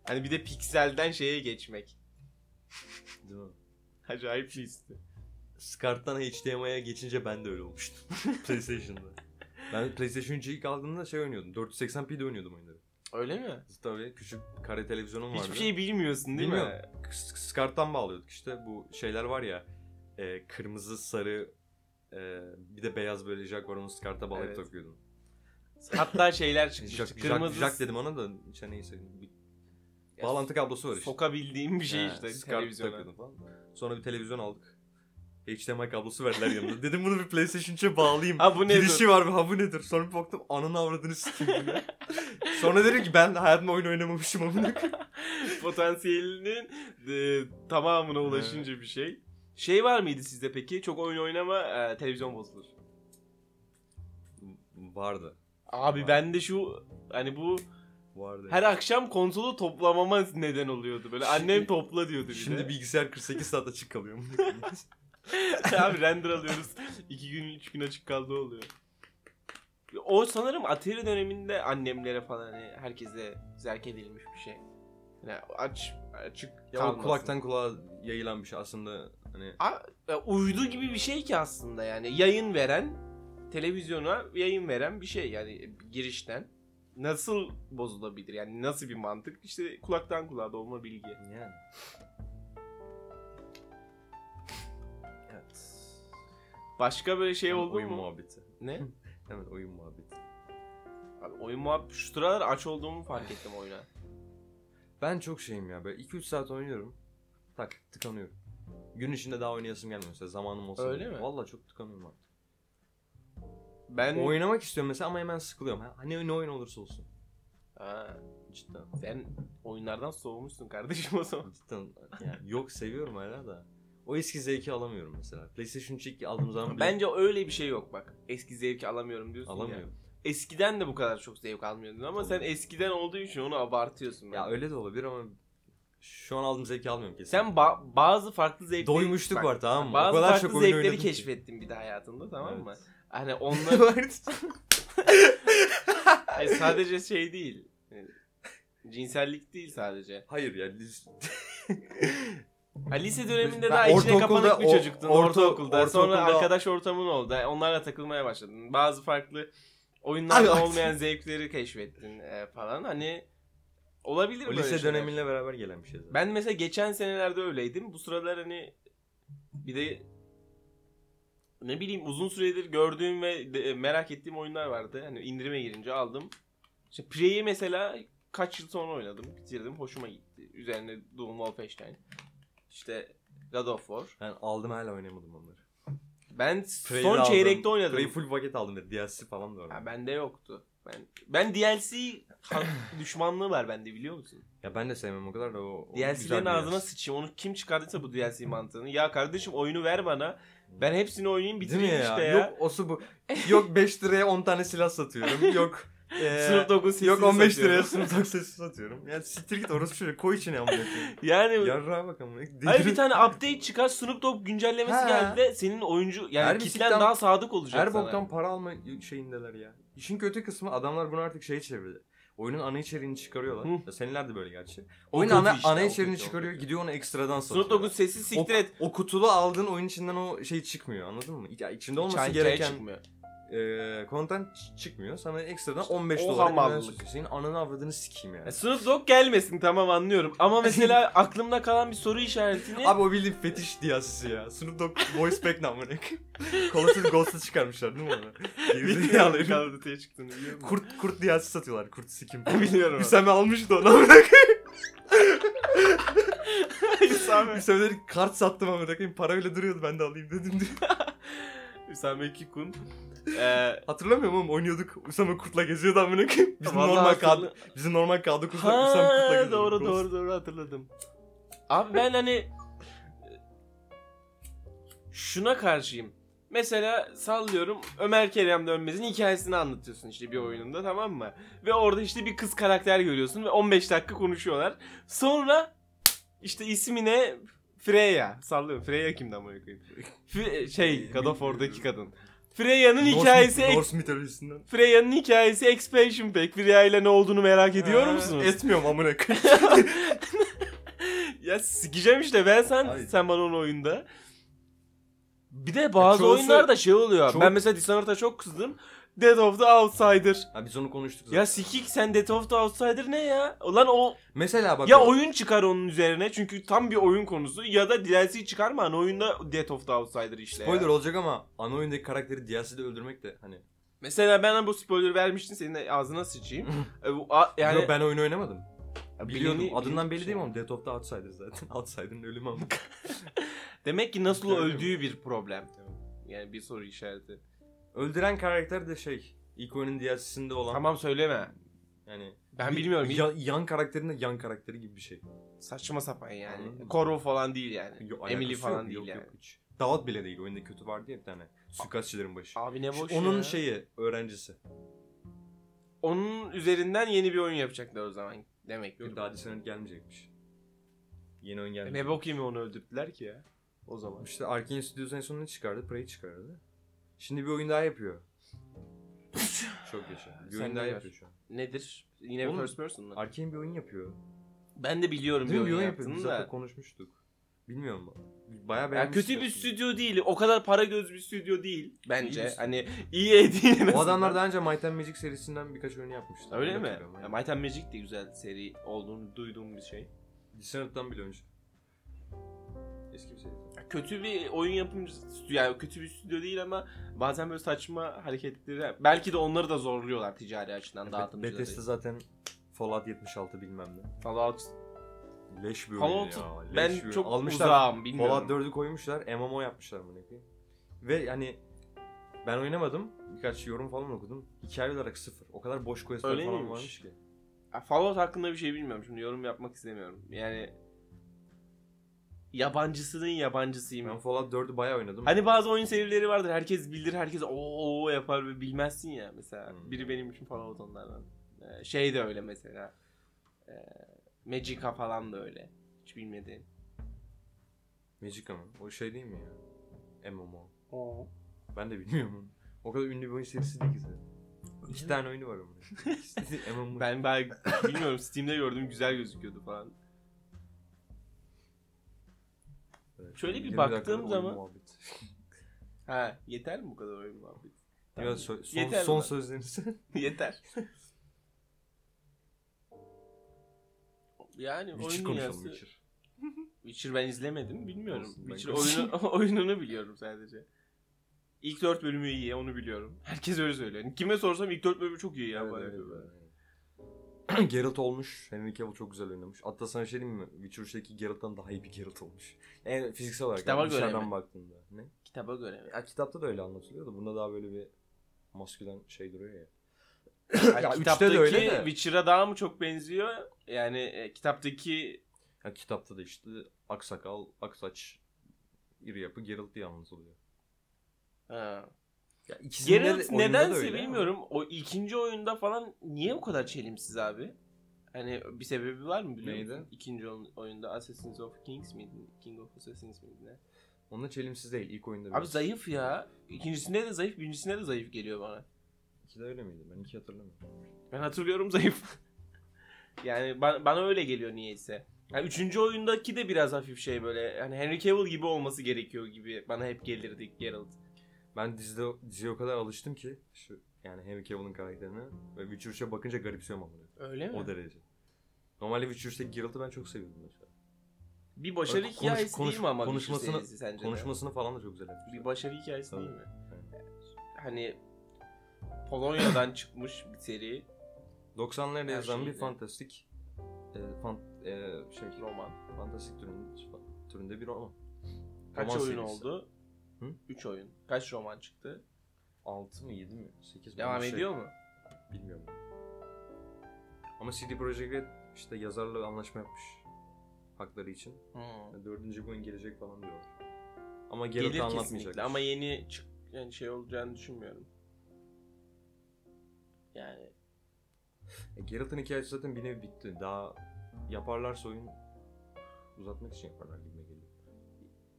Speaker 2: Hani bir de pikselden şeye geçmek.
Speaker 1: Değil mi?
Speaker 2: Acayip bir histi.
Speaker 1: Skart'tan HDMI'ye geçince ben de öyle olmuştum. PlayStation'da. Ben PlayStation 3'ü ilk aldığımda şey oynuyordum. 480p'de oynuyordum oyunları.
Speaker 2: Öyle mi?
Speaker 1: Tabii küçük kare televizyonum vardı.
Speaker 2: Hiçbir şey bilmiyorsun değil mi?
Speaker 1: Bilmiyorum. S- Skart'tan bağlıyorduk işte. Bu şeyler var ya. e, kırmızı, sarı, e, bir de beyaz böyle jack var onu Skart'a bağlayıp
Speaker 2: Evet.
Speaker 1: takıyordun.
Speaker 2: Hatta şeyler
Speaker 1: Yani
Speaker 2: çıkmış.
Speaker 1: Jack,
Speaker 2: Kırmızı
Speaker 1: jack, jack dedim ona da işte neyse. Bir
Speaker 2: Ya,
Speaker 1: bağlantı kablosu var işte.
Speaker 2: Sokabildiğim bir şey
Speaker 1: He,
Speaker 2: işte
Speaker 1: Skart'ı
Speaker 2: televizyona.
Speaker 1: takıyordum falan. Sonra bir televizyon aldık. HDMI kablosu verdiler yanımda. Dedim bunu bir PlayStation 3'e bağlayayım.
Speaker 2: Ha bu nedir?
Speaker 1: Girişi var mı? Ha bu nedir? Sonra bir baktım ananı avradını sikeyim bile. Sonra dedim ki ben hayatımda oyun oynamamışım amına. koyayım.
Speaker 2: potansiyelinin e, tamamına ulaşınca bir şey. Şey var mıydı sizde peki? Çok oyun oynama e, televizyon bozulur.
Speaker 1: vardı.
Speaker 2: Abi ben de şu hani bu
Speaker 1: Vardı.
Speaker 2: her akşam konsolu toplamama neden oluyordu. Böyle annem
Speaker 1: Şimdi-
Speaker 2: topla diyordu Şey- bir
Speaker 1: Şimdi
Speaker 2: de.
Speaker 1: bilgisayar 48 saat açık kalıyor. amına koyayım.
Speaker 2: Abi render alıyoruz. İki gün üç gün açık kaldı oluyor. O sanırım Atari döneminde annemlere falan hani herkese zerk edilmiş bir şey. Yani aç açık
Speaker 1: ya o
Speaker 2: kalmasın.
Speaker 1: kulaktan kulağa yayılan bir şey aslında hani
Speaker 2: Ya uydu gibi bir şey ki aslında yani yayın veren televizyona yayın veren bir şey yani girişten nasıl bozulabilir yani nasıl bir mantık işte kulaktan kulağa dolma bilgi.
Speaker 1: yani. Evet.
Speaker 2: Başka böyle şey
Speaker 1: Hemen
Speaker 2: oldu
Speaker 1: oyun
Speaker 2: mu?
Speaker 1: muhabbeti.
Speaker 2: Ne?
Speaker 1: Hemen oyun muhabbeti.
Speaker 2: Abi oyun muhabbeti şu sıralar aç olduğumu fark ettim oyuna.
Speaker 1: Ben çok şeyim ya böyle 2-3 saat oynuyorum. Tak tıkanıyorum. Gün içinde daha oynayasım gelmiyor mesela zamanım olsa.
Speaker 2: Öyle
Speaker 1: bile.
Speaker 2: mi?
Speaker 1: Vallahi çok tıkanıyorum artık.
Speaker 2: Ben
Speaker 1: Oynamak istiyorum mesela ama hemen sıkılıyorum. Ha- Hani ne oyun olursa olsun.
Speaker 2: Ha,
Speaker 1: Cidden.
Speaker 2: sen oyunlardan soğumuşsun kardeşim o zaman.
Speaker 1: Cidden yani yok seviyorum hala da. O eski zevki alamıyorum mesela. PlayStation 3 aldığım zaman bile
Speaker 2: Bence öyle bir şey yok bak. Eski zevki alamıyorum diyorsun ya.
Speaker 1: alamıyorum.
Speaker 2: Eskiden de bu kadar çok zevk almıyordun ama sen eskiden olduğu için onu abartıyorsun.
Speaker 1: Ya
Speaker 2: bence.
Speaker 1: öyle de olabilir ama şu an aldığım zevki almıyorum kesin.
Speaker 2: Sen ba- bazı farklı zevkleri...
Speaker 1: doymuşluk
Speaker 2: Bak,
Speaker 1: var tamam mı?
Speaker 2: Bazı
Speaker 1: o kadar
Speaker 2: farklı
Speaker 1: çok oyun
Speaker 2: zevkleri
Speaker 1: oynadım ki.
Speaker 2: keşfettin bir de hayatında tamam mı?
Speaker 1: Evet.
Speaker 2: Hani onlar Hayır, sadece şey değil. Cinsellik değil sadece.
Speaker 1: Hayır ya. lis-
Speaker 2: Ha, lise döneminde
Speaker 1: Ben
Speaker 2: daha içine
Speaker 1: ortaokulda-
Speaker 2: kapanık bir
Speaker 1: o-
Speaker 2: çocuktun.
Speaker 1: orta-
Speaker 2: ortaokulda. Sonra
Speaker 1: ortaokulda-
Speaker 2: arkadaş ortamın oldu. E, Onlarla takılmaya başladın. Bazı farklı oyunlarda
Speaker 1: Abi,
Speaker 2: olmayan zevkleri keşfettin e, falan. Hani olabilir
Speaker 1: o
Speaker 2: böyle
Speaker 1: lise
Speaker 2: şeyler.
Speaker 1: döneminle beraber gelen bir şey zaten.
Speaker 2: Ben mesela geçen senelerde öyleydim. Bu sıralar hani bir de ne bileyim uzun süredir gördüğüm ve de- e, merak ettiğim oyunlar vardı. Hani indirime girince aldım. İşte Prey'i mesela kaç yıl sonra oynadım, bitirdim. Hoşuma gitti. Üzerine Doom Wolfenstein. İşte God of War.
Speaker 1: Ben aldım hala oynamadım onları.
Speaker 2: Ben
Speaker 1: Prey'i
Speaker 2: son
Speaker 1: aldım.
Speaker 2: çeyrekte oynadım.
Speaker 1: Prey'i full paket aldım dedi. DLC falan da var.
Speaker 2: Ha, bende yoktu. Ben ben DLC ha- düşmanlığı var bende biliyor musun?
Speaker 1: Ya ben de sevmem o kadar da o. o güzel
Speaker 2: DLC'lerin
Speaker 1: bir
Speaker 2: ağzına
Speaker 1: yer.
Speaker 2: sıçayım. Onu kim çıkardıysa bu DLC mantığını. Ya kardeşim oyunu ver bana. Ben hepsini oynayayım
Speaker 1: Değil mi
Speaker 2: bitireyim işte ya.
Speaker 1: Yok o su bu. Yok 5 liraya 10 tane silah satıyorum. Yok. eee,
Speaker 2: Snoop Dogg'un sesini
Speaker 1: e, Yok 15
Speaker 2: satıyorum.
Speaker 1: liraya Snoop Dogg sesi satıyorum. Ya siktir git orası şöyle koy içine amına koyayım.
Speaker 2: Yani
Speaker 1: Yarrağa bak amına. koyayım.
Speaker 2: Hayır bir tane update çıkar Snoop Dogg güncellemesi
Speaker 1: Ha.
Speaker 2: geldi de senin oyuncu yani
Speaker 1: Her
Speaker 2: kitlen
Speaker 1: bisikten-
Speaker 2: daha sadık olacak
Speaker 1: Her
Speaker 2: sana.
Speaker 1: boktan para alma şeyindeler ya. İşin kötü kısmı adamlar bunu artık şeye çevirdi. Oyunun ana içeriğini çıkarıyorlar.
Speaker 2: Hı.
Speaker 1: Ya seneler de böyle gerçi.
Speaker 2: O
Speaker 1: Oyunun
Speaker 2: kötü
Speaker 1: ana,
Speaker 2: işte,
Speaker 1: ana
Speaker 2: o
Speaker 1: içeriğini
Speaker 2: kötü, o
Speaker 1: çıkarıyor
Speaker 2: kötü.
Speaker 1: gidiyor onu ekstradan satıyor.
Speaker 2: Snoop Dogg'un sesi
Speaker 1: o,
Speaker 2: siktir et.
Speaker 1: o kutulu aldığın oyun içinden o şey çıkmıyor anladın mı? Ya içinde olması
Speaker 2: Çay- çay
Speaker 1: gereken
Speaker 2: çıkmıyor.
Speaker 1: e, content ç- çıkmıyor. Sana ekstradan 15
Speaker 2: o E,
Speaker 1: dolar
Speaker 2: hamallık.
Speaker 1: Senin ananı avradını sikeyim yani.
Speaker 2: Ya Snoop Dogg gelmesin tamam anlıyorum. Ama mesela aklımda kalan bir soru işaretini
Speaker 1: Abi o bildiğin fetiş diyasisi ya. Snoop Dogg voice pack namına. Call of Duty Ghost'u çıkarmışlar değil mi onu? Girdi ya
Speaker 2: bilmiyorum kavrataya çıktığını biliyor musun?
Speaker 1: Kurt, kurt diyasisi satıyorlar. Kurt sikim.
Speaker 2: Biliyorum.
Speaker 1: Hüsame almıştı onu amına koyayım.
Speaker 2: Hüsame.
Speaker 1: Hüsame dedi ki, kart sattım amına koyayım. Para bile duruyordu ben de alayım dedim diye.
Speaker 2: Hüsame Kikun. Ee,
Speaker 1: Hatırlamıyorum oğlum oynuyorduk. Hüsame kurtla geziyordu amına koyayım. Bizim
Speaker 2: Vallahi
Speaker 1: normal
Speaker 2: hatırla-
Speaker 1: kad bizim normal kadro kurtla Hüsame kurtla
Speaker 2: Ha
Speaker 1: geziyordu.
Speaker 2: doğru
Speaker 1: Ghost.
Speaker 2: doğru doğru hatırladım. Abi ben hani şuna karşıyım. Mesela sallıyorum Ömer Kerem Dönmez'in hikayesini anlatıyorsun işte bir oyununda tamam mı? Ve orada işte bir kız karakter görüyorsun ve 15 dakika konuşuyorlar. Sonra işte ismine Freya sallıyorum. Freya kimdi ama koyayım. Fre- şey God of War'daki kadın. Freya'nın
Speaker 1: Ee, Norse-
Speaker 2: hikayesi
Speaker 1: Norse mitolojisinden.
Speaker 2: Freya'nın hikayesi Expansion Pack. Freya ile ne olduğunu merak ediyor
Speaker 1: Ha,
Speaker 2: musunuz?
Speaker 1: Etmiyorum amına koyayım.
Speaker 2: ya sikeceğim işte ben sen
Speaker 1: Hayır.
Speaker 2: sen bana onu oyunda. Bir de bazı
Speaker 1: çoğusu-
Speaker 2: oyunlarda şey oluyor.
Speaker 1: çok-
Speaker 2: Ben mesela Dishonored'a çok kızdım. Death of the Outsider.
Speaker 1: Ha biz onu konuştuk zaten.
Speaker 2: Ya sikik sen Death of the Outsider ne ya? Ulan o
Speaker 1: Mesela bak
Speaker 2: ya
Speaker 1: o-
Speaker 2: oyun çıkar onun üzerine çünkü tam bir oyun konusu ya da DLC çıkarma hani oyunda Death of the Outsider işte. ya.
Speaker 1: spoiler olacak ama ana oyundaki karakteri DLC'de öldürmek de hani.
Speaker 2: Mesela ben bu spoiler vermiştin senin de ağzına sıçayım. E, bu a- yani
Speaker 1: Yok, ben oyunu oynamadım. Biliyordum.
Speaker 2: Bilini-
Speaker 1: Adından belli
Speaker 2: şey.
Speaker 1: değil mi oğlum? Death of the Outsider zaten. Outsider'ın ölümü ama.
Speaker 2: Demek ki nasıl
Speaker 1: Öyle mi?
Speaker 2: öldüğü bir problem. Yani bir soru işareti.
Speaker 1: Öldüren karakter de şey. ilk oyunun DLC'sinde olan.
Speaker 2: Tamam söyleme.
Speaker 1: Yani
Speaker 2: Ben
Speaker 1: bir-
Speaker 2: bilmiyorum.
Speaker 1: ya- yan karakterin de yan karakteri gibi bir şey.
Speaker 2: Saçma sapan yani.
Speaker 1: Anladım.
Speaker 2: Koro falan değil yani.
Speaker 1: Yo, alakası
Speaker 2: Emily
Speaker 1: yok,
Speaker 2: falan
Speaker 1: yok,
Speaker 2: değil
Speaker 1: yok,
Speaker 2: yani.
Speaker 1: hiç. Davut bile değil. Oyunda kötü vardı ya bir tane. Suikastçıların başı.
Speaker 2: Abi ne
Speaker 1: İşte
Speaker 2: boş
Speaker 1: onun
Speaker 2: ya.
Speaker 1: şeyi öğrencisi.
Speaker 2: şey, Onun üzerinden yeni bir oyun yapacaklar o zaman. Demek
Speaker 1: Yok
Speaker 2: yok.
Speaker 1: daha Dishonored gelmeyecekmiş. Yeni oyun gelmeyecek.
Speaker 2: Ne bok yemi onu öldürttüler ki ya. O zaman.
Speaker 1: İşte Arkane Studios en son ne çıkardı? Prey çıkardı. Şimdi bir oyun daha yapıyor. Çok yaşa. Bir
Speaker 2: Sen
Speaker 1: oyun
Speaker 2: de
Speaker 1: daha
Speaker 2: gör.
Speaker 1: yapıyor şu an.
Speaker 2: Nedir? Yine
Speaker 1: Oğlum,
Speaker 2: first person mı?
Speaker 1: Arkane bir oyun yapıyor.
Speaker 2: Ben de biliyorum
Speaker 1: Dün
Speaker 2: bir oyun
Speaker 1: yapıyor. Biz
Speaker 2: yaptığını
Speaker 1: zaten
Speaker 2: da.
Speaker 1: konuşmuştuk. Bilmiyorum. Bayağı
Speaker 2: Ya
Speaker 1: beğenmiştik
Speaker 2: kötü bir
Speaker 1: aslında.
Speaker 2: stüdyo değil. O kadar para göz bir stüdyo değil.
Speaker 1: İyi bir
Speaker 2: Bence.
Speaker 1: stüdyo.
Speaker 2: Hani iyi değil. en
Speaker 1: O
Speaker 2: azından.
Speaker 1: adamlar daha önce Might and Magic serisinden birkaç oyun yapmıştı.
Speaker 2: Öyle
Speaker 1: Onu
Speaker 2: mi?
Speaker 1: hatırlıyorum,
Speaker 2: Ya,
Speaker 1: aynen.
Speaker 2: Might and Magic de güzel seri olduğunu duyduğum bir şey.
Speaker 1: Dishonored'dan bile önce. Eski bir seri.
Speaker 2: kötü bir oyun yapımcısı yani kötü bir stüdyo değil ama bazen böyle saçma hareketleri belki de onları da zorluyorlar ticari açıdan
Speaker 1: Be-
Speaker 2: dağıtımcıları.
Speaker 1: Bethesda zaten Fallout 76 bilmem ne.
Speaker 2: Fallout.
Speaker 1: Leş bir oyun
Speaker 2: Fallout
Speaker 1: ya. Leş bir
Speaker 2: ben
Speaker 1: oyun.
Speaker 2: çok
Speaker 1: Almışlar,
Speaker 2: uzağım bilmiyorum.
Speaker 1: Fallout 4'ü koymuşlar. MMO yapmışlar bunu. Ve hani ben oynamadım. Birkaç yorum falan okudum. Hikaye olarak sıfır. O kadar boş questler
Speaker 2: Öyle
Speaker 1: falan
Speaker 2: miymiş?
Speaker 1: varmış ki.
Speaker 2: Ya Fallout hakkında bir şey bilmiyorum şimdi yorum yapmak istemiyorum. Yani yabancısının yabancısıyım.
Speaker 1: Ben Fallout 4'ü bayağı oynadım.
Speaker 2: Hani bazı oyun serileri vardır. Herkes bilir, herkes o yapar ve bilmezsin ya mesela.
Speaker 1: Hmm.
Speaker 2: Biri benim için falan onlardan. Ee, şey de öyle mesela. Ee, Magica falan da öyle. Hiç bilmediğim.
Speaker 1: Magic ama. O şey değil mi ya? MMO. Ben de bilmiyorum onu. O kadar ünlü bir oyun serisi değil ki zaten. İki tane oyunu var onun. İkisi de MMO.
Speaker 2: Ben ben bilmiyorum Steam'de gördüm güzel gözüküyordu falan.
Speaker 1: Evet,
Speaker 2: şöyle bir
Speaker 1: 20
Speaker 2: baktığım
Speaker 1: dakikalık oyun
Speaker 2: zaman-
Speaker 1: muhabbeti.
Speaker 2: Ha yeter mi bu kadar oyun muhabbeti?
Speaker 1: Ya
Speaker 2: Tamam.
Speaker 1: so- son,
Speaker 2: Yeter
Speaker 1: son
Speaker 2: mi?
Speaker 1: sözleriniz.
Speaker 2: Yeter. Yani
Speaker 1: Witcher
Speaker 2: oyun
Speaker 1: konuşalım
Speaker 2: dünyası...
Speaker 1: Witcher.
Speaker 2: Witcher ben izlemedim bilmiyorum.
Speaker 1: Olsun, ben
Speaker 2: Witcher oyunu, oyununu biliyorum sadece. İlk 4 bölümü iyi onu biliyorum. Herkes öyle söylüyor. Yani Kime sorsam ilk 4 bölümü çok iyi ya.
Speaker 1: Evet,
Speaker 2: bana
Speaker 1: evet,
Speaker 2: diyorlar.
Speaker 1: evet. Geralt olmuş. Henry Cavill çok güzel oynamış. Hatta sana bir şey diyeyim mi? Witcher 3'teki Geralt'tan daha iyi bir Geralt olmuş. Yani fiziksel olarak.
Speaker 2: Kitaba
Speaker 1: yani
Speaker 2: göre
Speaker 1: dışarıdan
Speaker 2: mi?
Speaker 1: baktığında. Ne?
Speaker 2: Kitaba göre mi?
Speaker 1: Ya, kitapta da öyle anlatılıyor da bunda daha böyle bir maskülen şey duruyor ya.
Speaker 2: Yani
Speaker 1: Ya, üçte de
Speaker 2: kitaptaki
Speaker 1: öyle de.
Speaker 2: Witcher'a daha mı çok benziyor? Yani e, kitaptaki
Speaker 1: Ya kitapta da işte aksakal, aksaç, iri yapı Geralt diye anlatılıyor.
Speaker 2: ha.
Speaker 1: Ya ikisinde de- oyunda
Speaker 2: Geralt
Speaker 1: da öyle
Speaker 2: nedense
Speaker 1: ama.
Speaker 2: bilmiyorum. O ikinci oyunda falan niye bu kadar çelimsiz abi? Hani bir sebebi var mı biliyor
Speaker 1: Neydi?
Speaker 2: musun? İkinci oyun- oyunda Assassins of Kings miydi? King of Assassins miydi ne?
Speaker 1: Onunla çelimsiz değil. ilk oyunda
Speaker 2: Abi
Speaker 1: biraz.
Speaker 2: zayıf ya. İkincisinde de zayıf, birincisinde de zayıf geliyor bana.
Speaker 1: İki de öyle miydi? Ben iki hatırlamıyorum.
Speaker 2: Ben hatırlıyorum zayıf. yani bana, bana öyle geliyor niyeyse. Yani üçüncü oyundaki de biraz hafif şey böyle. Hani Henry Cavill gibi olması gerekiyor gibi. Bana hep gelirdi Geralt.
Speaker 1: Ben dizide, diziye o kadar alıştım ki şu yani Henry Cavill'ın karakterine ve Witcher 3'e bakınca garipsiyorum ama.
Speaker 2: Öyle mi?
Speaker 1: O derece. Normalde Witcher 3'teki Geralt'ı ben çok seviyordum mesela.
Speaker 2: Bir başarı
Speaker 1: Konuş-
Speaker 2: hikayesi
Speaker 1: konuş-
Speaker 2: değil mi ama
Speaker 1: konuşmasını-
Speaker 2: konuşmasını, sence konuşma...
Speaker 1: Konuşmasını falan da çok güzel yapmışlar.
Speaker 2: Bir başarı hikayesi
Speaker 1: Tabii.
Speaker 2: değil mi? Hani Polonya'dan çıkmış bir seri
Speaker 1: 90'larda
Speaker 2: Her şey
Speaker 1: yazılan bir
Speaker 2: şeyle.
Speaker 1: fantastik e, fan, e, şey,
Speaker 2: roman.
Speaker 1: fantastik türünde, türünde bir roman.
Speaker 2: Kaç
Speaker 1: Roman
Speaker 2: oyun
Speaker 1: serisi.
Speaker 2: oldu?
Speaker 1: Hı?
Speaker 2: 3 oyun. Kaç roman çıktı?
Speaker 1: 6 mı 7 mi 8 mi?
Speaker 2: Devam
Speaker 1: Bir şey.
Speaker 2: ediyor mu?
Speaker 1: Bilmiyorum. Ama CD Projekt Red işte yazarla anlaşma yapmış hakları için.
Speaker 2: Hmm.
Speaker 1: Yani dördüncü boyun gelecek falan diyorlar. Ama
Speaker 2: Gelir
Speaker 1: Geralt'ı anlatmayacak.
Speaker 2: kesinlikle ama yeni çık yani şey olacağını düşünmüyorum. Yani
Speaker 1: E, Geralt'ın hikayesi zaten bir nevi bitti. Daha yaparlarsa oyun uzatmak için yaparlar gibi geliyor.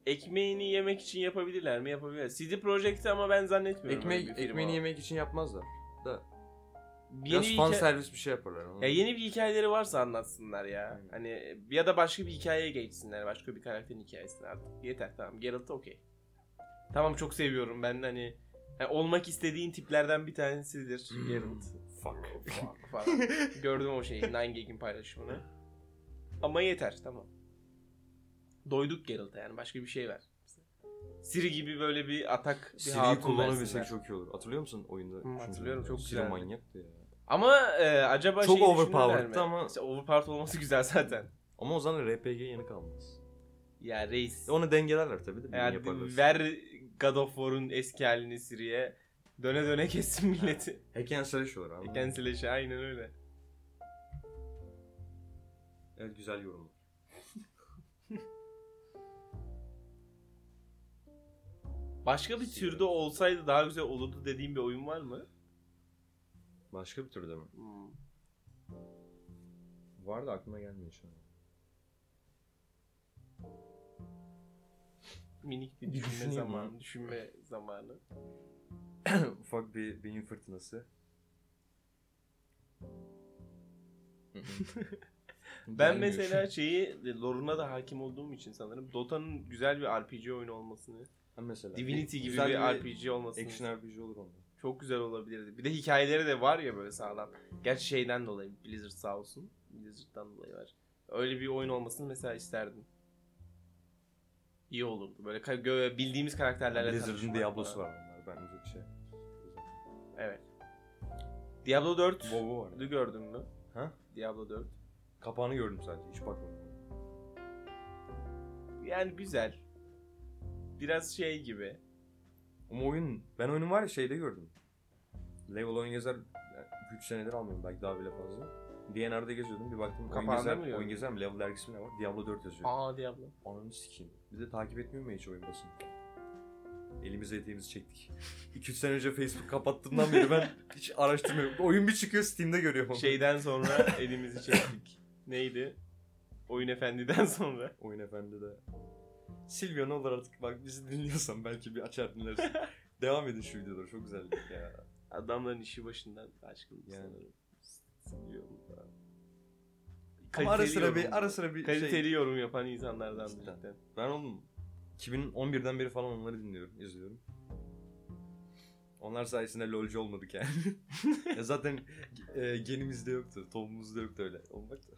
Speaker 2: ekmeğini yemek için yapabilirler mi? Yapabilirler. CD Projekt'i ama ben zannetmiyorum.
Speaker 1: Ekmeği,
Speaker 2: öyle bir firma.
Speaker 1: ekmeğini yemek için yapmazlar. Da
Speaker 2: Yeni
Speaker 1: biraz
Speaker 2: bir
Speaker 1: fan
Speaker 2: hikaye-
Speaker 1: servis bir şey yaparlar. anladın
Speaker 2: ya
Speaker 1: mı?
Speaker 2: yeni bir hikayeleri varsa anlatsınlar ya.
Speaker 1: Aynen.
Speaker 2: Hani ya da başka bir hikayeye geçsinler. Başka bir karakterin hikayesine artık. Yeter tamam. Geralt okey. Tamam çok seviyorum ben hani yani olmak istediğin tiplerden bir tanesidir Geralt.
Speaker 1: Hmm. Fuck.
Speaker 2: Fuck falan. Gördüm o şeyi. Nine Gag'in paylaşımını. Ama yeter tamam. Doyduk Geralt'a yani başka bir şey ver. Siri gibi böyle bir atak bir
Speaker 1: Siri'yi
Speaker 2: hatun
Speaker 1: kullanabilsek
Speaker 2: versinler.
Speaker 1: çok iyi olur. Hatırlıyor musun oyunda?
Speaker 2: Hı,
Speaker 1: üçüncü
Speaker 2: Hmm, hatırlıyorum,
Speaker 1: oyunda?
Speaker 2: çok
Speaker 1: Siri
Speaker 2: güzeldi.
Speaker 1: manyaktı ya.
Speaker 2: Ama e, acaba
Speaker 1: Çok
Speaker 2: şeyi
Speaker 1: overpowered'dı
Speaker 2: düşünürler mi?
Speaker 1: ama-
Speaker 2: İşte overpowered olması güzel zaten.
Speaker 1: Ama o zaman RPG yanı kalmaz.
Speaker 2: Ya reis.
Speaker 1: E, Onu dengelerler tabii de. birini
Speaker 2: Yani
Speaker 1: yaparlar.
Speaker 2: ver God of War'un eski halini Siri'ye. Döne döne kessin milleti.
Speaker 1: Hack and slash olur abi.
Speaker 2: Cancel'e aynen öyle.
Speaker 1: Evet güzel yorumlar.
Speaker 2: Başka bir
Speaker 1: Siri.
Speaker 2: türde olsaydı daha güzel olurdu dediğim bir oyun var mı?
Speaker 1: Başka bir türde mi?
Speaker 2: Hmm.
Speaker 1: Var da aklıma gelmiyor şu an.
Speaker 2: Minik bir düşünme
Speaker 1: Düşüneyim
Speaker 2: zamanı.
Speaker 1: mi?
Speaker 2: Düşünme zamanı.
Speaker 1: Ufak bir beyin fırtınası.
Speaker 2: Ben mesela şeyi e, Loruna da hakim olduğum için sanırım Dota'nın güzel bir RPG oyunu olmasını,
Speaker 1: Ha mesela.
Speaker 2: Divinity gibi
Speaker 1: Güzel
Speaker 2: bir RPG olmasını
Speaker 1: Action RPG olur onda.
Speaker 2: çok güzel olabilirdi. Bir de hikayeleri de var ya böyle sağlam. Gerçi şeyden dolayı Blizzard sağ olsun. Blizzard'dan dolayı var. Öyle bir oyun olmasını mesela isterdim. İyi olurdu. Böyle ka- gö- bildiğimiz karakterlerle
Speaker 1: Blizzard'ın
Speaker 2: tanışmak
Speaker 1: Diablo'su
Speaker 2: falan.
Speaker 1: var onlar bence şey.
Speaker 2: Evet. Diablo 4
Speaker 1: WoW var. ya.
Speaker 2: gördün mü?
Speaker 1: Ha?
Speaker 2: Diablo 4.
Speaker 1: Kapağını gördüm sadece hiç bakmadım.
Speaker 2: Yani güzel. Biraz şey gibi.
Speaker 1: Ama oyun ben oyunu var ya şeyde gördüm. Level oyun yazar 3 senedir almıyorum belki daha bile fazla. DNR'da geziyordum bir baktım oyun
Speaker 2: Kapağında
Speaker 1: gezer,
Speaker 2: mı yani?
Speaker 1: oyun gezer mi? Level dergisi mi ne var? Diablo 4 yazıyor.
Speaker 2: Aa Diablo.
Speaker 1: Ananı sikeyim. Biz de takip etmiyor mu hiç oyun basını? Elimizi eteğimizi çektik. 2-3 sene önce Facebook kapattığımdan beri ben hiç araştırmıyorum. Oyun bir çıkıyor Steam'de görüyorum. Şey...
Speaker 2: Şeyden sonra elimizi çektik. Neydi? Oyun Efendi'den sonra.
Speaker 1: Oyun efendi de. Silvio ne olur artık bak bizi dinliyorsan belki bir açar dinlersin. Devam edin şu videoları çok güzel ya.
Speaker 2: Adamların işi başından aşkım
Speaker 1: Yani.
Speaker 2: sanırım.
Speaker 1: Silvio da. Ama
Speaker 2: Kaliteli
Speaker 1: ara sıra
Speaker 2: yorum.
Speaker 1: bir ara sıra bir
Speaker 2: Kaliteli
Speaker 1: şey.
Speaker 2: yorum yapan insanlardan
Speaker 1: Cidden.
Speaker 2: cidden.
Speaker 1: Ben oğlum 2011'den beri falan onları dinliyorum, izliyorum. Onlar sayesinde lolcu olmadık yani. ya zaten e, genimizde yoktu, tohumumuzda yoktu öyle. Olmak da.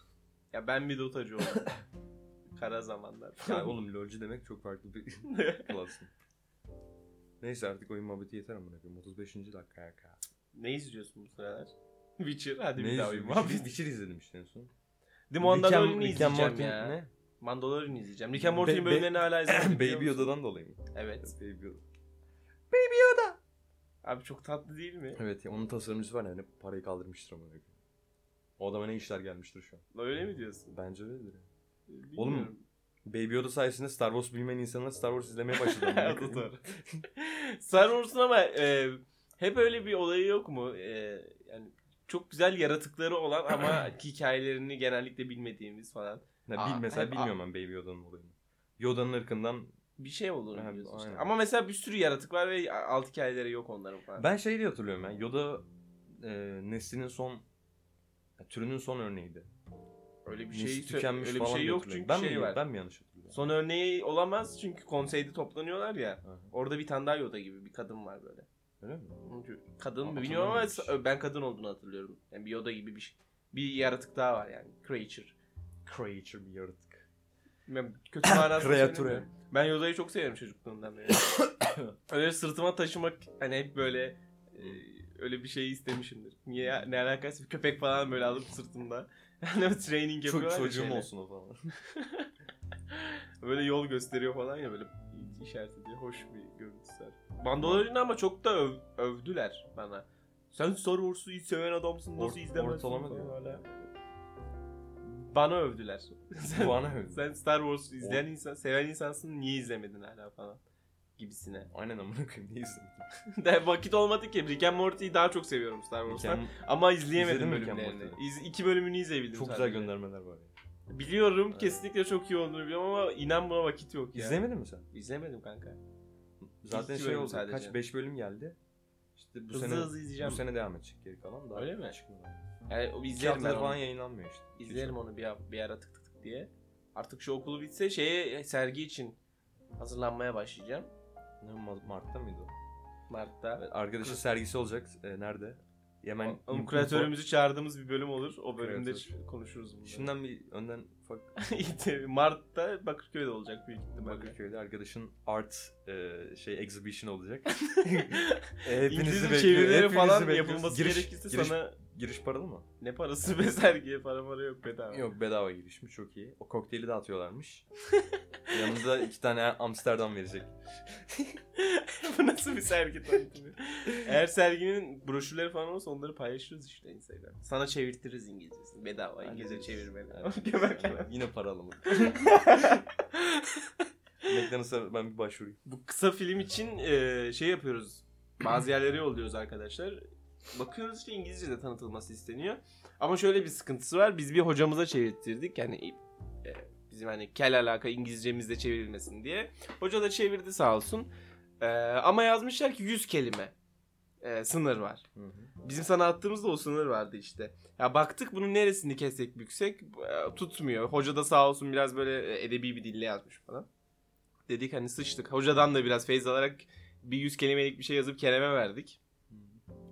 Speaker 2: Ya ben bir dotacı oldum. Kara zamanlar.
Speaker 1: Ya oğlum lolcu demek çok farklı bir klasın. Neyse artık oyun muhabbeti yeter amına koyayım. 35. dakika ya. ka.
Speaker 2: ne izliyorsun bu sıralar? Witcher hadi
Speaker 1: Ne
Speaker 2: bir daha
Speaker 1: izliyorum? Witcher-
Speaker 2: oyun muhabbeti.
Speaker 1: Witcher izledim işte en son.
Speaker 2: The
Speaker 1: Rick and-
Speaker 2: Mandalorian'ı
Speaker 1: Rick and
Speaker 2: izleyeceğim
Speaker 1: Morty
Speaker 2: ya.
Speaker 1: ne?
Speaker 2: Mandalorian'ı izleyeceğim. Rick and
Speaker 1: Be-
Speaker 2: Morty'nin
Speaker 1: be-
Speaker 2: bölümlerini hala izlemedim. biliyor
Speaker 1: Baby
Speaker 2: musun?
Speaker 1: Yoda'dan dolayı mı?
Speaker 2: Evet.
Speaker 1: Baby Yoda.
Speaker 2: Abi çok tatlı değil mi?
Speaker 1: Evet ya onun tasarımcısı var yani parayı kaldırmıştır amına koyayım. O adama ne işler gelmiştir şu an.
Speaker 2: Öyle mi diyorsun?
Speaker 1: Bence öyledir. ya. Oğlum,
Speaker 2: Bilmiyorum.
Speaker 1: Baby Yoda sayesinde Star Wars bilmeyen insanlar Star Wars izlemeye başladı.
Speaker 2: O da doğru. Star Wars'un ama e, hep öyle bir olayı yok mu? E, yani çok güzel yaratıkları olan ama hikayelerini genellikle bilmediğimiz falan
Speaker 1: Ne,
Speaker 2: Aa,
Speaker 1: bil, mesela
Speaker 2: hep-
Speaker 1: bilmiyorum ben Baby Yoda'nın olayını. Yoda'nın ırkından.
Speaker 2: bir şey olur
Speaker 1: Ha,
Speaker 2: mu diyorsun işte.
Speaker 1: aynen.
Speaker 2: Ama mesela bir sürü yaratık var ve alt hikayeleri yok onların falan.
Speaker 1: Ben şey diye hatırlıyorum ya. Yoda e, neslinin son ya, türünün son örneğiydi.
Speaker 2: öyle bir
Speaker 1: Nesli
Speaker 2: şey
Speaker 1: tükenmiş
Speaker 2: öyle bir
Speaker 1: falan
Speaker 2: şey
Speaker 1: diye
Speaker 2: yok
Speaker 1: hatırlıyorum.
Speaker 2: çünkü
Speaker 1: ben
Speaker 2: şey
Speaker 1: mi,
Speaker 2: var.
Speaker 1: Ben mi yanlış hatırlıyorum?
Speaker 2: Son örneği olamaz çünkü konseyde toplanıyorlar ya.
Speaker 1: Aha,
Speaker 2: Orada bir tane daha Yoda gibi bir kadın var böyle.
Speaker 1: Öyle mi?
Speaker 2: Çünkü Kadın mı
Speaker 1: Ama
Speaker 2: bilmiyorum ama
Speaker 1: hatırlamıyorum.
Speaker 2: ben kadın olduğunu hatırlıyorum. Yani bir Yoda gibi bir şey. Bir yaratık daha var yani. Creature.
Speaker 1: Creature bir yaratık.
Speaker 2: Ben kötü manasını
Speaker 1: Kreatüre.
Speaker 2: söylemiyorum. Ben Yoda'yı çok severim çocukluğumdan beri. öyle sırtıma taşımak hani hep böyle e, öyle bir şey istemişimdir. Niye ya- ne alakası köpek falan böyle alıp sırtımda. Hani o training
Speaker 1: Çok
Speaker 2: yapıyorlar ya
Speaker 1: çocuğum
Speaker 2: şeyle.
Speaker 1: olsun o falan.
Speaker 2: Böyle yol gösteriyor falan ya böyle işaret ediyor. Hoş bir görüntüsü var. Mandalorian'ı ama çok da öv- övdüler bana. Sen Star Wars'u hiç seven adamsın nasıl
Speaker 1: Or-
Speaker 2: izlemezsin
Speaker 1: ortalama
Speaker 2: falan
Speaker 1: diyor.
Speaker 2: hala. Bana övdüler. Sen-
Speaker 1: Bu ana öyle.
Speaker 2: sen Star Wars izleyen
Speaker 1: O-
Speaker 2: insan, seven insansın niye izlemedin hala falan gibisine.
Speaker 1: Aynen amına koyayım niye izledin?
Speaker 2: De vakit olmadı ki. Rick and Morty'yi daha çok seviyorum Star Wars'tan.
Speaker 1: Mükemmel-
Speaker 2: Ama izleyemedim
Speaker 1: İzledin mi Rick and
Speaker 2: bölümlerini.
Speaker 1: Morty'yi?
Speaker 2: İz, iki bölümünü izleyebildim
Speaker 1: Çok
Speaker 2: sadece.
Speaker 1: güzel göndermeler var ya.
Speaker 2: Biliyorum
Speaker 1: Evet.
Speaker 2: kesinlikle çok iyi olduğunu biliyorum ama inan buna vakit yok ya.
Speaker 1: İzlemedin mi sen?
Speaker 2: İzlemedim kanka.
Speaker 1: Zaten
Speaker 2: İki
Speaker 1: şey
Speaker 2: bölüm
Speaker 1: oldu.
Speaker 2: sadece.
Speaker 1: Kaç 5 bölüm geldi. İşte bu
Speaker 2: hızlı
Speaker 1: sene
Speaker 2: hızlı izleyeceğim.
Speaker 1: bu sene devam edecek geri kalan da.
Speaker 2: Öyle mi?
Speaker 1: Çıkmıyor.
Speaker 2: Yani o-
Speaker 1: İki
Speaker 2: izlerim ben
Speaker 1: haftadır
Speaker 2: onu.
Speaker 1: falan yayınlanmıyor işte.
Speaker 2: İzlerim onu bir, bir ara tık tık tık diye. Artık şu okulu bitse şeye e, sergi için hazırlanmaya başlayacağım.
Speaker 1: Ne, Ma- Mart'ta mıydı o?
Speaker 2: Mart'ta.
Speaker 1: Evet, Arkadaşın sergisi olacak. E, nerede? Yemen.
Speaker 2: Onun kreatörümüzü çağırdığımız bir bölüm olur. O bölümde
Speaker 1: Kreatör.
Speaker 2: ç- konuşuruz bunları.
Speaker 1: Şundan bir önden ufak
Speaker 2: İşte Mart'ta Bakırköy'de olacak büyük ihtimalle.
Speaker 1: Bakırköy'de arkadaşın art e, şey exhibition olacak. E,
Speaker 2: İngilizce
Speaker 1: bekliyor-
Speaker 2: çevirileri
Speaker 1: hepinizi
Speaker 2: falan
Speaker 1: bekliyoruz.
Speaker 2: yapılması
Speaker 1: Giriş-
Speaker 2: gerekirse
Speaker 1: giriş-
Speaker 2: sana
Speaker 1: Giriş paralı mı?
Speaker 2: ne parası be sergiye para para yok bedava.
Speaker 1: Yok bedava girişmiş çok iyi. O kokteyli de atıyorlarmış. Yanında iki tane Amsterdam verecek.
Speaker 2: Bu nasıl bir sergi tanıtımı? Eğer serginin broşürleri falan olursa onları paylaşırız işte Instagram. Sana çevirtiriz İngilizcesini. Bedava İngilizce
Speaker 1: Hallederiz.
Speaker 2: çevirmeni.
Speaker 1: Evet.
Speaker 2: Gömer gömer.
Speaker 1: Yine paralı mı? McDonald's'a ben bir başvurayım.
Speaker 2: Bu kısa film için e, şey yapıyoruz. Bazı yerlere yolluyoruz arkadaşlar. Bakıyoruz işte İngilizce'de tanıtılması isteniyor. Ama şöyle bir sıkıntısı var. Biz bir hocamıza çevirttirdik. Yani e, bizim hani kel alaka İngilizcemizde çevrilmesin diye. Hoca da çevirdi sağ olsun. E, ama yazmışlar ki 100 kelime e, sınır var. Bizim sana attığımızda o sınır vardı işte. Ya baktık bunun neresini kessek büksek e, tutmuyor. Hoca da sağ olsun biraz böyle e, edebi bir dille yazmış falan. Dedik hani sıçtık. Hocadan da biraz feyz alarak bir yüz kelimelik bir şey yazıp Kerem'e verdik.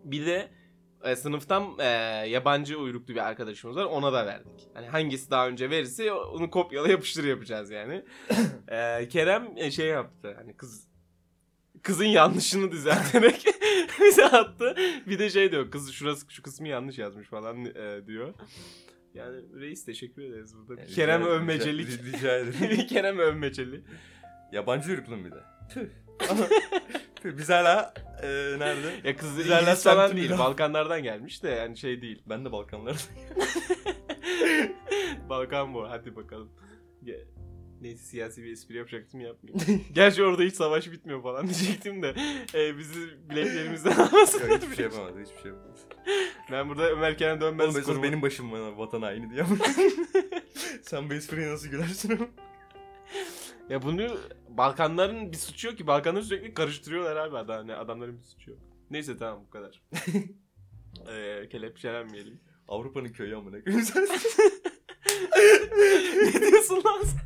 Speaker 2: Bir de e, sınıftan e, yabancı uyruklu bir arkadaşımız var. Ona da verdik. Hani hangisi daha önce verirse onu kopyala yapıştır yapacağız yani. E, Kerem e, şey yaptı. Hani kız kızın yanlışını düzelterek bize attı. Bir de şey diyor. Kız şurası şu kısmı yanlış yazmış falan e, diyor. Yani reis teşekkür ederiz burada. Bir Kerem
Speaker 1: Rica-
Speaker 2: övmecelik.
Speaker 1: Rica, rica ederim.
Speaker 2: bir Kerem övmeceli.
Speaker 1: Yabancı uyruklu mu bir de? Tüh. Tüh, Biz hala Ee, nerede?
Speaker 2: Ya kız
Speaker 1: Güzeller
Speaker 2: İngiliz falan
Speaker 1: semtinde.
Speaker 2: değil. Balkanlardan gelmiş de yani şey değil.
Speaker 1: Ben de Balkanlar.
Speaker 2: Balkan bu. Hadi bakalım. Ge- Neyse siyasi bir espri yapacaktım yapmayayım. Gerçi orada hiç savaş bitmiyor falan diyecektim de. e, bizi bileklerimizden almasın.
Speaker 1: Yok hiçbir şey yapamadı. Hiçbir şey yapamadı.
Speaker 2: Ben burada Ömer Kenan
Speaker 1: Ben
Speaker 2: Dönmez
Speaker 1: mesela
Speaker 2: konumu-
Speaker 1: benim başım bana vatan haini diye. Sen bu espriye nasıl gülersin ama?
Speaker 2: Ya bunu Balkanların bir suçu yok ki. Balkanları sürekli karıştırıyorlar abi adam. Yani adamların bir suçu yok. Neyse tamam bu kadar. ee, kelepçelenmeyelim.
Speaker 1: Avrupa'nın köyü amına koyayım sen.
Speaker 2: ne diyorsun lan sen?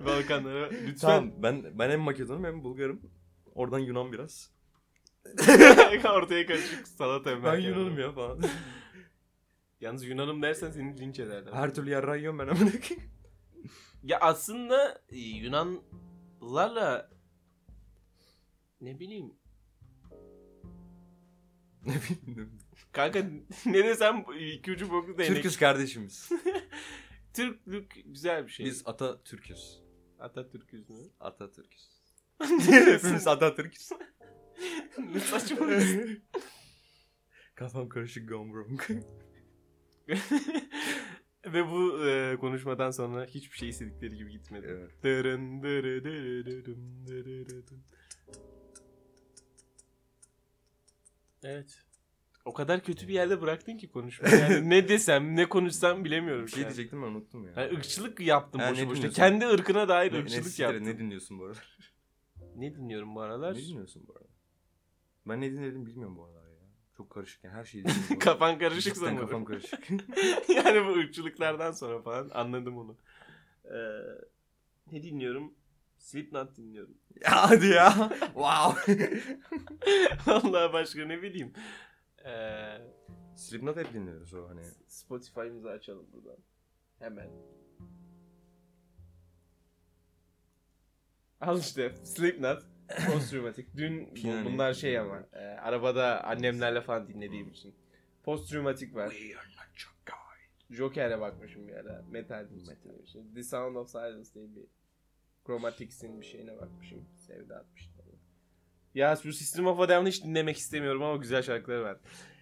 Speaker 2: Balkanlara lütfen
Speaker 1: tamam ben ben hem Makedonum hem Bulgarım. Oradan Yunan biraz.
Speaker 2: ortaya karışık salata Ömer
Speaker 1: Ben
Speaker 2: Kenan.
Speaker 1: Yunanım ya falan.
Speaker 2: Yalnız Yunanım dersen seni linç ederler.
Speaker 1: Her türlü yarrağı yiyorum ben amına koyayım.
Speaker 2: Ya aslında e, Yunanlarla ne bileyim
Speaker 1: Ne bileyim.
Speaker 2: kanka ne desem iki ucu boklu değnek.
Speaker 1: Türküz kardeşimiz.
Speaker 2: Türklük güzel bir şey.
Speaker 1: Biz Atatürk'üz.
Speaker 2: Atatürk'üz mü?
Speaker 1: Atatürk'üz.
Speaker 2: Hepimiz
Speaker 1: Hepimiz Atatürk'üz.
Speaker 2: ne saçmalıyorsun?
Speaker 1: Kafam karışık gone wrong.
Speaker 2: Ve bu e, konuşmadan sonra hiçbir şey istedikleri gibi gitmedi.
Speaker 1: Evet.
Speaker 2: Dırın dırı dırı dırım dırı dırım. Evet. O kadar
Speaker 1: Hmm.
Speaker 2: kötü bir yerde bıraktın ki konuşmayı. Yani ne desem ne konuşsam bilemiyorum.
Speaker 1: Bir şey
Speaker 2: yani.
Speaker 1: diyecektim ben unuttum ya.
Speaker 2: Yani ırkçılık yaptım
Speaker 1: Ha, ne
Speaker 2: boşu boşuna.
Speaker 1: dinliyorsun?
Speaker 2: Kendi ırkına dair
Speaker 1: Ne, ne,
Speaker 2: ırkçılık
Speaker 1: siktir-
Speaker 2: yaptım.
Speaker 1: ne dinliyorsun bu arada?
Speaker 2: Ne dinliyorum bu
Speaker 1: Ne
Speaker 2: aralar?
Speaker 1: dinliyorsun bu arada? Ben ne dinledim bilmiyorum bu aralar ya. Çok karışık yani her şeyi dinliyorum. bu arada.
Speaker 2: Kafan karışık
Speaker 1: Cidden
Speaker 2: sanırım.
Speaker 1: kafam karışık.
Speaker 2: yani bu ırkçılıklardan sonra falan anladım onu. Ee, ne dinliyorum? Slipknot dinliyorum.
Speaker 1: ya hadi ya. Wow.
Speaker 2: Vallahi başka ne bileyim. Ee,
Speaker 1: Slipknot hep dinliyoruz o hani.
Speaker 2: Spotify'ımızı açalım buradan. Hemen. Al işte Slipknot. Posttraumatik. Dün bu-
Speaker 1: Yani.
Speaker 2: bunlar şey ama e, arabada annemlerle falan dinlediğim için. Posttraumatik var. Joker'e bakmışım bir ara. Metal metal. İşte The Sound of Silence diye bir Chromatics'in bir şeyine bakmışım. Sevda atmıştım. Ya bu System of a Down'ı hiç dinlemek istemiyorum ama güzel şarkıları var.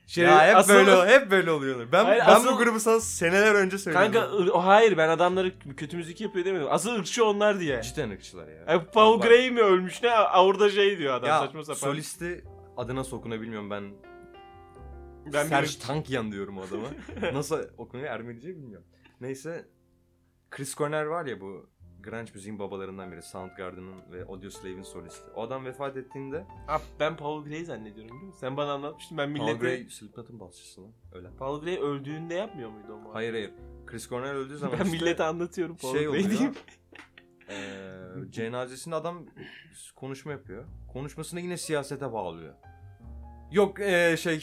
Speaker 2: Şey,
Speaker 1: ya hep
Speaker 2: asıl-
Speaker 1: böyle hep böyle oluyorlar. Ben
Speaker 2: Hayır,
Speaker 1: ben
Speaker 2: asıl-
Speaker 1: bu grubu sana seneler önce söyledim.
Speaker 2: Kanka ır- hayır ben adamları kötü müzik yapıyor demedim. Asıl ırkçı onlar diye.
Speaker 1: cidden ırkçılar ya.
Speaker 2: E, Paul
Speaker 1: Bak-
Speaker 2: Gray mi ölmüş ne? A- Orada şey diyor adam
Speaker 1: ya
Speaker 2: saçma sapan.
Speaker 1: solisti adına sokuna bilmiyorum ben.
Speaker 2: ben bir-
Speaker 1: Serj Tankyan diyorum o adama. Nasıl okunuyor Ermenice bilmiyorum. Neyse Chris Cornell var ya bu grunge müziğin babalarından biri. Soundgarden'ın ve Audioslave'in solisti. O adam vefat ettiğinde
Speaker 2: Ah, ben Paul Gray zannediyorum değil mi? Sen bana anlatmıştın ben millete...
Speaker 1: Paul Gray Slipknot'un basçısı lan. Öyle.
Speaker 2: Paul Gray öldüğünde yapmıyor muydu o muhabbeti?
Speaker 1: Hayır hayır. Chris Cornell öldüğü zaman
Speaker 2: Ben
Speaker 1: işte
Speaker 2: millete anlatıyorum Paul
Speaker 1: şey
Speaker 2: Gray
Speaker 1: oluyor.
Speaker 2: diyeyim.
Speaker 1: eee, cenazesinde adam konuşma yapıyor. Konuşmasını yine siyasete bağlıyor. Yok eee, şey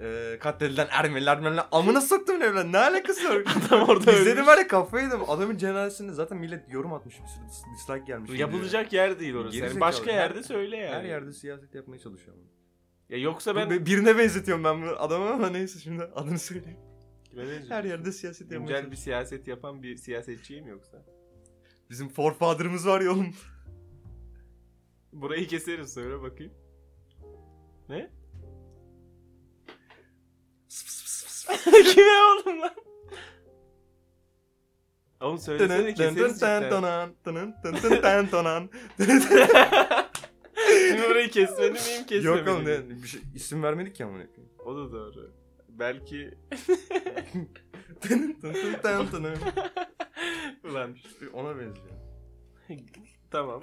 Speaker 1: eee katledilen Ermeniler Ermeniler amına soktum ne lan ne alakası var?
Speaker 2: Adam orada
Speaker 1: İzledim
Speaker 2: ölmüş.
Speaker 1: var ya kafayı yedim. Adamın cenazesinde zaten millet yorum atmış bir sürü dis- dislike gelmiş.
Speaker 2: Yapılacak yer değil orası.
Speaker 1: Gerizekalı.
Speaker 2: Yani başka
Speaker 1: Her-
Speaker 2: yerde söyle
Speaker 1: Her
Speaker 2: yani.
Speaker 1: yerde siyaset yapmaya çalışıyor. ama.
Speaker 2: Ya yoksa ben...
Speaker 1: Ben... Birine benzetiyorum ben bunu adama ama neyse şimdi adını söyleyeyim.
Speaker 2: Kime benziyorum?
Speaker 1: Her yerde siyaset yapmaya
Speaker 2: Güncel bir siyaset yapan bir siyasetçiyim yoksa.
Speaker 1: Bizim forefather'ımız var ya oğlum.
Speaker 2: Burayı keseriz söyle bakayım. Ne? Kime oğlum lan? Oğlum söylesene keseriz cidden. Şimdi burayı kesmeli miyim kesmemeli
Speaker 1: Yok oğlum
Speaker 2: miyim?
Speaker 1: ne, bir şey, isim vermedik ya amına koyayım.
Speaker 2: O da doğru. Belki...
Speaker 1: Tın tın tın tın tın.
Speaker 2: Ulan
Speaker 1: Ona benziyor.
Speaker 2: tamam.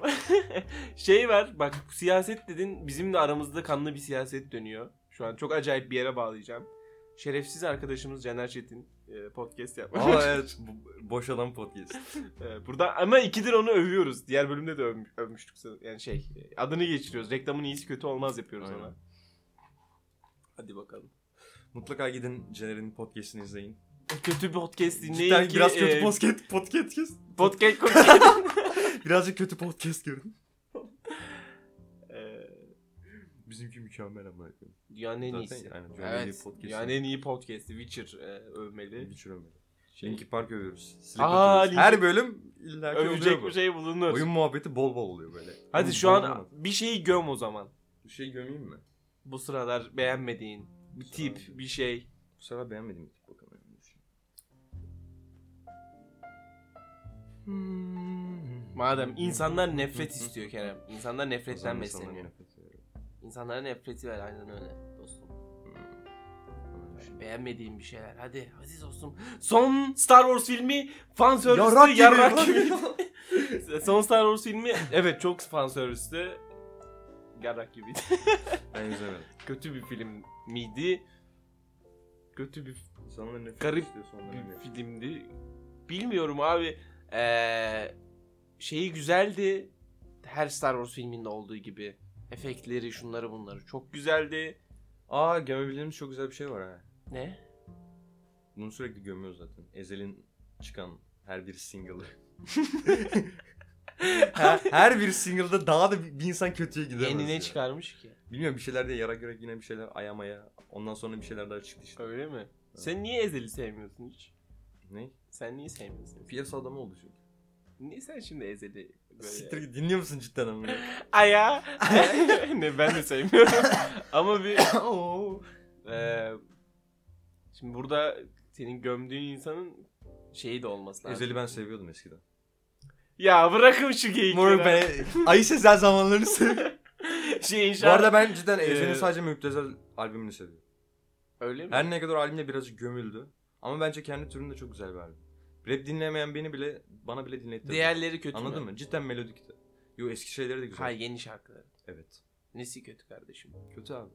Speaker 2: şey var bak siyaset dedin bizim de aramızda kanlı bir siyaset dönüyor. Şu an çok acayip bir yere bağlayacağım. Şerefsiz arkadaşımız Caner Çetin e, podcast yapmış.
Speaker 1: Aa evet bu- boş adam podcast.
Speaker 2: E, Burada ama ikidir onu övüyoruz. Diğer bölümde de övmüş- övmüştük. sanırım. Yani şey e, adını geçiriyoruz. Reklamın iyisi kötü olmaz yapıyoruz
Speaker 1: Aynen.
Speaker 2: ona. Hadi bakalım.
Speaker 1: Mutlaka gidin Cener'in podcast'ini izleyin.
Speaker 2: Kötü podcast dinleyin
Speaker 1: Cidden
Speaker 2: ki,
Speaker 1: biraz kötü
Speaker 2: e,
Speaker 1: podcast podcast
Speaker 2: podcast
Speaker 1: birazcık kötü podcast görün.
Speaker 2: E,
Speaker 1: Bizimki mükemmel ama. Zaten
Speaker 2: Dünyanın en iyisi.
Speaker 1: yani dünyanın en iyi
Speaker 2: Evet.
Speaker 1: podcast'i.
Speaker 2: Dünyanın en iyi podcast'i Witcher e, övmeli.
Speaker 1: Hiç övmedim. Linkin Park övüyoruz. Slipknot
Speaker 2: Aa,
Speaker 1: övüyoruz.
Speaker 2: Linkin-
Speaker 1: Her bölüm illa ki oluyor
Speaker 2: Övecek
Speaker 1: bu.
Speaker 2: bir şey bulunur.
Speaker 1: Oyun muhabbeti bol bol oluyor böyle.
Speaker 2: Hadi
Speaker 1: Bunu
Speaker 2: şu an
Speaker 1: anlamadım.
Speaker 2: bir şeyi göm o zaman.
Speaker 1: Bir şey gömeyim mi?
Speaker 2: Bu sıralar beğenmediğin bir tip, bir şey.
Speaker 1: Bu sefer beğenmedim bir tık bakalım. öyle bir şey. Hmm.
Speaker 2: Madem insanlar nefret
Speaker 1: Hı hı.
Speaker 2: istiyor Kerem. İnsanlar nefretten
Speaker 1: Kazanma sana
Speaker 2: besleniyor.
Speaker 1: nefret ediyorum.
Speaker 2: İnsanlara nefreti ver aynen öyle dostum. Beğenmediğim bir şeyler. Hadi hadi dostum. Son Star Wars filmi fan
Speaker 1: Yarrak gibi,
Speaker 2: servisi
Speaker 1: yarrak
Speaker 2: yarrak gibi. Son Star Wars filmi evet çok fan servisti. Yarrak gibiydi.
Speaker 1: Ben izlemedim.
Speaker 2: Kötü bir film miydi? Kötü bir
Speaker 1: İnsanlar nefret
Speaker 2: Garip
Speaker 1: istiyorsa onlara
Speaker 2: bir
Speaker 1: nefret.
Speaker 2: filmdi. Bilmiyorum abi. Ee, şeyi güzeldi. Her Star Wars filminde olduğu gibi. Efektleri, şunları bunları. Çok güzeldi.
Speaker 1: Aa gömebildiğimiz çok güzel bir şey var ha.
Speaker 2: Ne?
Speaker 1: Bunu sürekli gömüyoruz zaten. Ezel'in çıkan her bir single'ı. her, her bir single'da daha da bir bir insan kötüye gidemez.
Speaker 2: Yeni ne
Speaker 1: ya.
Speaker 2: çıkarmış ki?
Speaker 1: Bilmiyorum bir şeyler de yara göre yine bir şeyler ayamaya. Ondan sonra bir şeyler daha çıktı işte.
Speaker 2: Öyle mi? Sen niye Ezel'i sevmiyorsun hiç?
Speaker 1: Ne?
Speaker 2: Sen niye sevmiyorsun?
Speaker 1: Piyasa adamı oldu çünkü.
Speaker 2: Niye sen şimdi Ezel'i böyle...
Speaker 1: Siktir git dinliyor musun cidden amına?
Speaker 2: Aya! ne ben de sevmiyorum. Ama bir... Ee, şimdi burada senin gömdüğün insanın şeyi de olması lazım.
Speaker 1: Ezel'i ben seviyordum eskiden.
Speaker 2: Ya bırakın şu geyikleri.
Speaker 1: Moruk ben Ayı Sezer zamanlarını seviyorum.
Speaker 2: Şey inşallah.
Speaker 1: Bu arada ben cidden Ezel'in
Speaker 2: Ee,
Speaker 1: sadece Müptezel albümünü seviyorum.
Speaker 2: Öyle mi?
Speaker 1: Her ne kadar albümde birazcık gömüldü. Ama bence kendi türünde çok güzel bir albüm. Rap dinlemeyen beni bile, bana bile dinletti.
Speaker 2: Diğerleri kötü
Speaker 1: Anladın
Speaker 2: mü?
Speaker 1: mı? Cidden melodikti. Yo eski şeyleri de güzel.
Speaker 2: Hayır yeni şarkıları.
Speaker 1: Evet.
Speaker 2: Nesi kötü kardeşim?
Speaker 1: Kötü abi.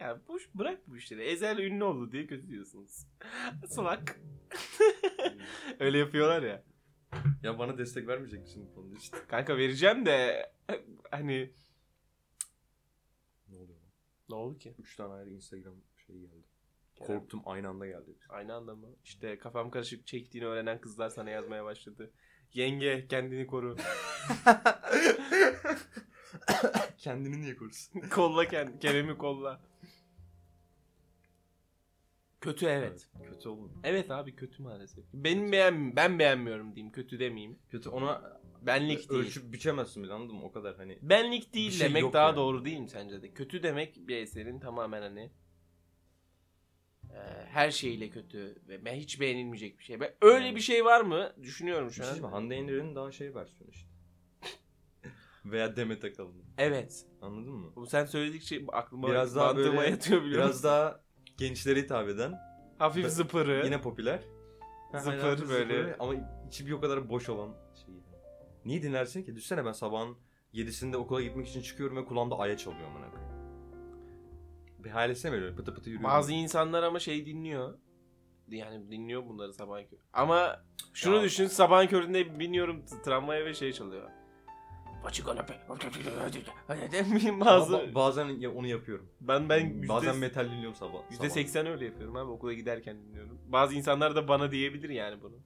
Speaker 2: Ya boş bırak bu işleri. Ezel ünlü oldu diye kötü diyorsunuz. Salak. Hmm. Öyle yapıyorlar ya.
Speaker 1: ya bana destek vermeyecek misin bu konuda işte?
Speaker 2: Kanka vereceğim de hani
Speaker 1: Ne oluyor lan?
Speaker 2: ne oldu ki?
Speaker 1: Üç tane ayrı Instagram şeyi geldi.
Speaker 2: Kerem,
Speaker 1: Korktum aynı anda geldi.
Speaker 2: Aynı anda mı? İşte kafam karışık çektiğini öğrenen kızlar sana yazmaya başladı. Yenge kendini koru.
Speaker 1: Kendini niye korusun?
Speaker 2: kolla kendini. Kerem'i kolla. Kötü evet.
Speaker 1: Kötü olmuyor.
Speaker 2: Evet abi kötü maalesef. Benim beğen ben beğenmiyorum diyeyim. Kötü demeyeyim.
Speaker 1: Kötü ona
Speaker 2: Benlik değil.
Speaker 1: ölçüp biçemezsin bile anladın mı? O kadar hani
Speaker 2: Benlik değil
Speaker 1: Bir şey
Speaker 2: demek
Speaker 1: yok
Speaker 2: daha
Speaker 1: yani.
Speaker 2: doğru değil mi sence de? Kötü demek bir eserin tamamen hani e, her şeyiyle kötü ve ben hiç beğenilmeyecek bir şey. Ben, öyle bir şey var mı? Düşünüyorum
Speaker 1: Bir
Speaker 2: şu
Speaker 1: şey diyeyim mi?
Speaker 2: an.
Speaker 1: Hande Yener'in daha şey versiyonu işte. Veya Demet Akalın.
Speaker 2: Evet.
Speaker 1: Anladın mı?
Speaker 2: Bu sen söyledikçe aklıma
Speaker 1: Biraz daha
Speaker 2: mantığıma
Speaker 1: böyle-
Speaker 2: yatıyor biliyor
Speaker 1: Biraz
Speaker 2: musun?
Speaker 1: daha gençlere hitap eden,
Speaker 2: hafif
Speaker 1: Ben-
Speaker 2: zıpırı.
Speaker 1: yine popüler.
Speaker 2: Zıpır
Speaker 1: Hayatı
Speaker 2: böyle.
Speaker 1: Ama içi bir o kadar boş olan şey. yani. Niye dinlersin ki? Düşsene ben sabahın 7'sinde okula gitmek için çıkıyorum ve kulağımda aya çalıyor amına koyayım. Bir hayal etsene böyle pıtı pıtı yürüyorum.
Speaker 2: Bazı insanlar ama şey dinliyor. Yani dinliyor bunları sabah körü. Ama şunu
Speaker 1: Ya.
Speaker 2: düşün sabahın köründe biniyorum t- tramvaya ve şey çalıyor. Açık ana be.
Speaker 1: Ama
Speaker 2: bazı
Speaker 1: ba- bazen ya onu yapıyorum.
Speaker 2: ben ben yüzde,
Speaker 1: Hmm, bazen metal dinliyorum sabah.
Speaker 2: yüzde
Speaker 1: sabah.
Speaker 2: seksen öyle yapıyorum abi okula giderken dinliyorum. Bazı insanlar da bana diyebilir yani bunu.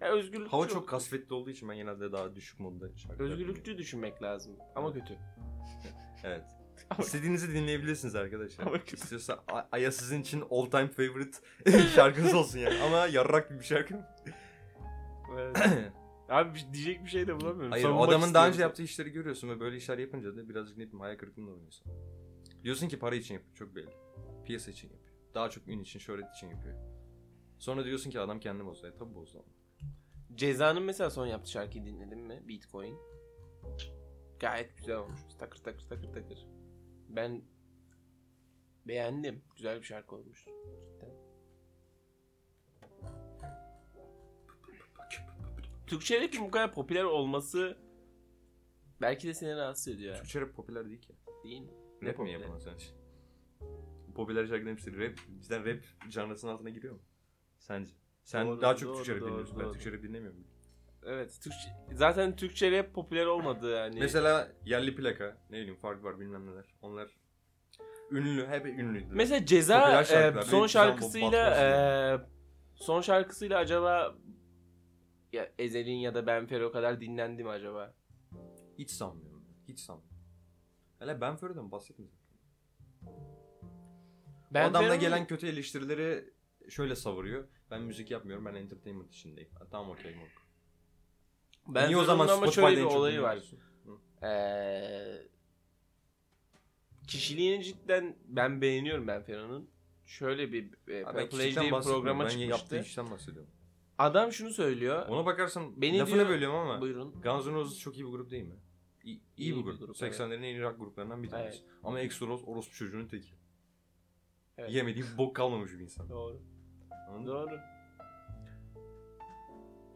Speaker 2: Ya özgürlükçü,
Speaker 1: Hava çok kasvetli olduğu için ben genelde daha düşük modda şarkılar dinliyorum.
Speaker 2: özgürlükçü düşünmek lazım ama kötü.
Speaker 1: Evet.
Speaker 2: Ama-
Speaker 1: İstediğinizi dinleyebilirsiniz arkadaşlar.
Speaker 2: Ama kötü.
Speaker 1: İstiyorsa A- Aya sizin için all time favorite şarkınız olsun yani. Ama yarrak gibi bir şarkı.
Speaker 2: Evet. abi bir- diyecek bir şey de bulamıyorum.
Speaker 1: Hayır
Speaker 2: Savunmak
Speaker 1: adamın daha önce
Speaker 2: istiyorum.
Speaker 1: yaptığı işleri görüyorsun ve böyle işler yapınca da birazcık ne bileyim hayal kırıklığına uğruyorsun. Diyorsun ki para için yapıyor çok belli. Piyasa için yapıyor. Daha çok ün için, şöhret için yapıyor. Sonra diyorsun ki adam kendi bozdu. E tabi bozdu ama.
Speaker 2: Ceza'nın mesela son yaptığı şarkıyı dinledin mi? Bitcoin. Gayet güzel olmuş. Takır takır takır takır. Ben beğendim. Güzel bir şarkı olmuş. Cidden. Türkçe rap'in bu kadar popüler olması belki de seni rahatsız ediyor. yani,
Speaker 1: Türkçe rap popüler değil ki.
Speaker 2: Değil mi? Ne
Speaker 1: Rap mi
Speaker 2: popüler?
Speaker 1: yapılan sence? Popüler şarkıların hepsi rap. Cidden rap canrasının altına giriyor mu? Sence? Sen
Speaker 2: Doğru,
Speaker 1: daha çok
Speaker 2: doğru,
Speaker 1: Türkçe rap
Speaker 2: doğru,
Speaker 1: dinliyorsun. Ben
Speaker 2: doğru.
Speaker 1: Türkçe rap dinlemiyorum.
Speaker 2: Evet. Türkçe, zaten Türkçe rap popüler olmadı yani.
Speaker 1: Mesela yerli plaka, ne bileyim fark var bilmem neler. Onlar ünlü, hep ünlüydü.
Speaker 2: Mesela
Speaker 1: Popüler
Speaker 2: Ceza
Speaker 1: şarkılar,
Speaker 2: e, son
Speaker 1: büyük zaman
Speaker 2: şarkısıyla e, son şarkısıyla acaba ya Ezel'in ya da Ben Fero kadar dinlendi mi acaba?
Speaker 1: Hiç sanmıyorum. Hiç sanmıyorum. Hele Ben Ferro'dan bahsetmiyorum.
Speaker 2: Ben
Speaker 1: o adamda
Speaker 2: Fero'nun-
Speaker 1: gelen kötü eleştirileri e, şöyle savuruyor. Ben müzik yapmıyorum. Ben entertainment içindeyim. Ha, tamam okey moruk.
Speaker 2: Ben
Speaker 1: Niye o zaman
Speaker 2: Zoom'un ama
Speaker 1: Spotify'da
Speaker 2: şöyle bir
Speaker 1: en çok
Speaker 2: olayı var.
Speaker 1: dinliyorsun?
Speaker 2: Ee, kişiliğini cidden ben beğeniyorum ben Fero'nun. Şöyle bir e,
Speaker 1: Ha,
Speaker 2: Purple
Speaker 1: Ben
Speaker 2: Age
Speaker 1: kişiden
Speaker 2: diye bir
Speaker 1: bahsetmiyorum.
Speaker 2: programa
Speaker 1: ben yaptığı
Speaker 2: çıkmıştı.
Speaker 1: işten bahsediyorum.
Speaker 2: Adam şunu söylüyor.
Speaker 1: Ona bakarsan
Speaker 2: Beni
Speaker 1: Beni lafını
Speaker 2: diyor-
Speaker 1: bölüyorum ama
Speaker 2: Buyurun.
Speaker 1: Guns N' Roses çok iyi bir grup değil mi? İyi, iyi bir grup.
Speaker 2: grup,
Speaker 1: 80'lerin en iyi rock gruplarından bir tanesi. Ama Axl Rose orospu çocuğunun teki.
Speaker 2: Evet.
Speaker 1: Yemediği bok kalmamış bir insan.
Speaker 2: Doğru.
Speaker 1: Anladın mı?
Speaker 2: Doğru.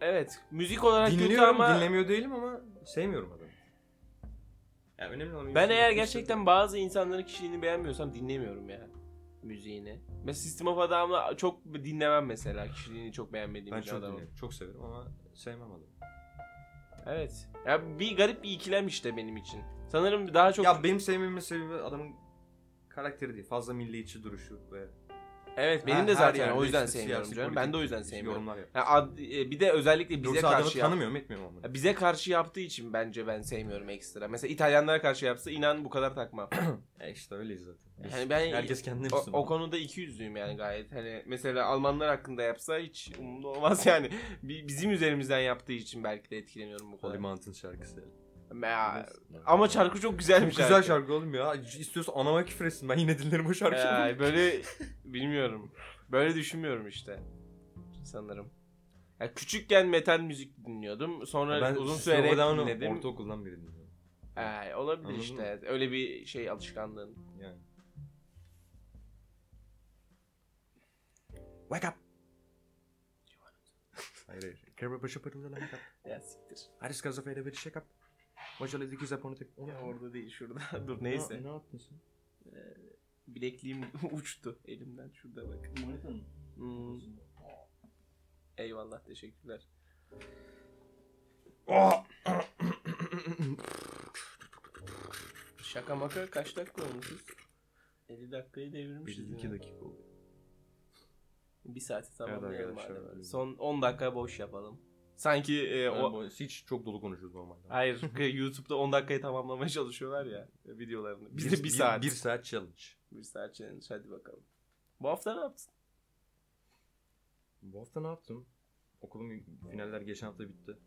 Speaker 2: Evet. Müzik olarak kötü
Speaker 1: Dinliyorum,
Speaker 2: ama
Speaker 1: dinlemiyor değilim ama sevmiyorum adamı. Yani önemli olan
Speaker 2: ben
Speaker 1: insan
Speaker 2: eğer
Speaker 1: yapması.
Speaker 2: gerçekten bazı insanların kişiliğini beğenmiyorsam dinlemiyorum ya müziğini. Mesela System of a Down'ı çok dinlemem mesela kişiliğini çok beğenmediğim
Speaker 1: şey- ben
Speaker 2: bir
Speaker 1: çok
Speaker 2: adamım.
Speaker 1: dinlerim. Çok severim ama sevmem adamı.
Speaker 2: Evet. Ya bir garip bir ikilem işte benim için. Sanırım daha çok
Speaker 1: Ya benim sevmemin sebebi adamın karakteri değil. Fazla milliyetçi duruşu ve
Speaker 2: Evet benim
Speaker 1: Her-
Speaker 2: de
Speaker 1: her
Speaker 2: zaten
Speaker 1: yerde
Speaker 2: o yüzden
Speaker 1: işte
Speaker 2: sevmiyorum
Speaker 1: siyasi,
Speaker 2: canım.
Speaker 1: politik
Speaker 2: Ben de o yüzden sevmiyorum.
Speaker 1: Yorumlar yap.
Speaker 2: Ya ad- e, bir de özellikle bize
Speaker 1: Yoksa adamı
Speaker 2: karşı yap-
Speaker 1: tanımıyorum etmiyorum ama.
Speaker 2: Ya bize karşı yaptığı için bence ben sevmiyorum ekstra. Mesela İtalyanlara karşı yapsa inan bu kadar takmam.
Speaker 1: E işte öyleyiz zaten. Biz-
Speaker 2: Yani ben
Speaker 1: herkes kendine
Speaker 2: o,
Speaker 1: Müslüman.
Speaker 2: o konuda iki yüzlüyüm yani gayet. Hani mesela Almanlar hakkında yapsa hiç umurumda olmaz yani. Bi- Bizim üzerimizden yaptığı için belki de etkileniyorum bu kadar.
Speaker 1: Polimant'ın şarkısı.
Speaker 2: Ya, ama şarkı çok güzel bir
Speaker 1: Çok güzel şarkı oğlum ya. İstiyorsan anama küfür etsin. Ben yine dinlerim o şarkıyı.
Speaker 2: Ya, böyle bilmiyorum. Böyle düşünmüyorum işte. Sanırım. Ya küçükken metal müzik dinliyordum. Sonra uzun
Speaker 1: System
Speaker 2: süre
Speaker 1: of a
Speaker 2: rap
Speaker 1: Down'u
Speaker 2: dinledim.
Speaker 1: Ortaokuldan beri dinliyorum.
Speaker 2: Ee, olabilir
Speaker 1: Anladın
Speaker 2: işte. Öyle bir şey alışkanlığın.
Speaker 1: Yani. Wake up. hayır hayır. Kerber paşa pırılda lan wake up.
Speaker 2: Ya siktir.
Speaker 1: Aris gazafeyle bir shake up. Mojalı dikiz aponu tek.
Speaker 2: Ya orada değil şurada. Dur neyse. Ee,
Speaker 1: Ne, ne yaptın sen?
Speaker 2: Bilekliğim uçtu elimden. Şurada bak. Hmm. Eyvallah teşekkürler.
Speaker 1: Oh!
Speaker 2: Şaka maka kaç dakika olmuşuz? 50 dakikayı devirmişiz.
Speaker 1: 52
Speaker 2: yine.
Speaker 1: dakika oldu.
Speaker 2: Bir saati tamamlayalım
Speaker 1: arkadaşlar,
Speaker 2: hadi.
Speaker 1: buyurun.
Speaker 2: Son 10 dakika boş yapalım. Sanki e,
Speaker 1: Ben
Speaker 2: o,
Speaker 1: bu- hiç çok dolu konuşuyoruz normalde.
Speaker 2: Hayır k- YouTube'da 10 dakikayı tamamlamaya çalışıyorlar ya e, videolarını. Biz de 1 saat.
Speaker 1: Bir
Speaker 2: 1
Speaker 1: saat challenge.
Speaker 2: saat challenge hadi bakalım. Bu hafta ne yaptın?
Speaker 1: Bu hafta ne yaptım? Okulum finaller geçen hafta bitti.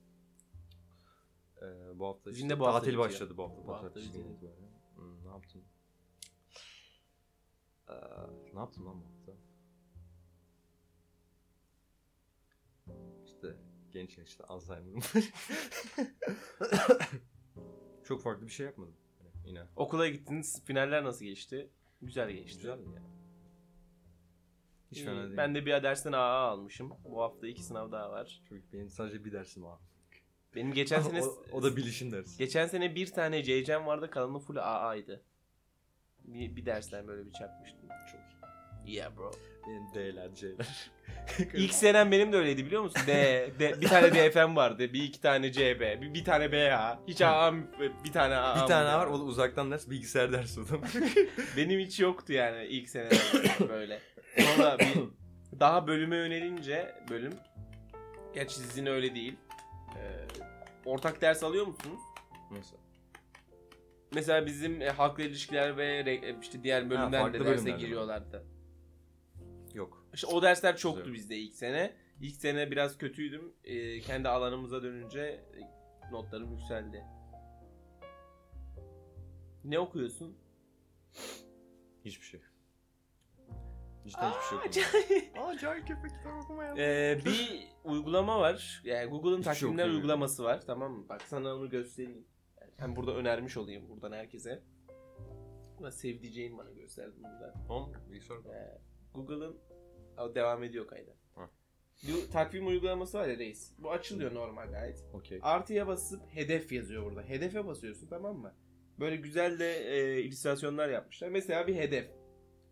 Speaker 1: Ee, bu hafta
Speaker 2: Bizim
Speaker 1: işte
Speaker 2: de bu hafta
Speaker 1: tatil
Speaker 2: bitiyor.
Speaker 1: başladı bu hafta.
Speaker 2: Bu hafta
Speaker 1: Pazartesi günü
Speaker 2: bitiyor.
Speaker 1: itibariyle. Hmm, ne yaptım? Ee, ne yaptım lan bu hafta? İşte genç yaşta Alzheimer'ım var. Çok farklı bir şey yapmadım. Hani yine
Speaker 2: Okula gittiniz. Finaller nasıl geçti? Güzel geçti.
Speaker 1: güzel mi yani? Hiç
Speaker 2: İyi,
Speaker 1: fena değil.
Speaker 2: Ee, Ben de bir dersten AA almışım. Bu hafta iki sınav daha var.
Speaker 1: Çünkü benim sadece bir dersim var.
Speaker 2: Benim geçen sene
Speaker 1: o, o da bilişim dersi.
Speaker 2: geçen sene bir tane CC'm vardı. Kalanı full AA'ydı. Bir, bir dersten böyle bir çarpmıştım.
Speaker 1: Çok iyi.
Speaker 2: Yeah bro.
Speaker 1: Benim D'ler, C'ler.
Speaker 2: İlk senem benim de öyleydi biliyor musun? D, D bir tane DFM vardı. Bir iki tane CB. Bir, bir tane BA. Hiç AA'm bir tane AA'm.
Speaker 1: bir tane var o da uzaktan ders bilgisayar dersi o da.
Speaker 2: Benim hiç yoktu yani ilk senelerde böyle. Sonra bir daha bölüme yönelince bölüm. Gerçi sizin öyle değil. Ee, ortak ders alıyor musunuz?
Speaker 1: Neyse.
Speaker 2: Mesela bizim e, halkla ilişkiler ve re- e, işte diğer bölümden
Speaker 1: farklı
Speaker 2: de derse
Speaker 1: bölümlerden.
Speaker 2: giriyorlardı.
Speaker 1: Yok.
Speaker 2: İşte o dersler çoktu
Speaker 1: Güzel.
Speaker 2: bizde ilk sene. İlk sene biraz kötüydüm. Ee, kendi alanımıza dönünce e, notlarım yükseldi. Ne okuyorsun?
Speaker 1: Hiçbir şey. Cidden hiçbir şey yok. E, Aa cahil köpek kitap okumayalım.
Speaker 2: Ee, bir uygulama var. Yani Google'ın
Speaker 1: Hiçbir şey
Speaker 2: takvimler
Speaker 1: okuyamıyorum.
Speaker 2: uygulaması var. Tamam mı? Bak sana onu göstereyim. Yani hem burada önermiş olayım buradan herkese. Ama sevdiceğin bana gösterdi burada.
Speaker 1: Tamam bilgisayar koy.
Speaker 2: Ee, Google'ın Aa, devam ediyor kayda.
Speaker 1: Ha.
Speaker 2: Bu takvim uygulaması var ya reis. Bu açılıyor normal gayet.
Speaker 1: Okey.
Speaker 2: Artıya basıp hedef yazıyor burada. Hedefe basıyorsun tamam mı? Böyle güzel de e, illüstrasyonlar yapmışlar. Mesela bir hedef.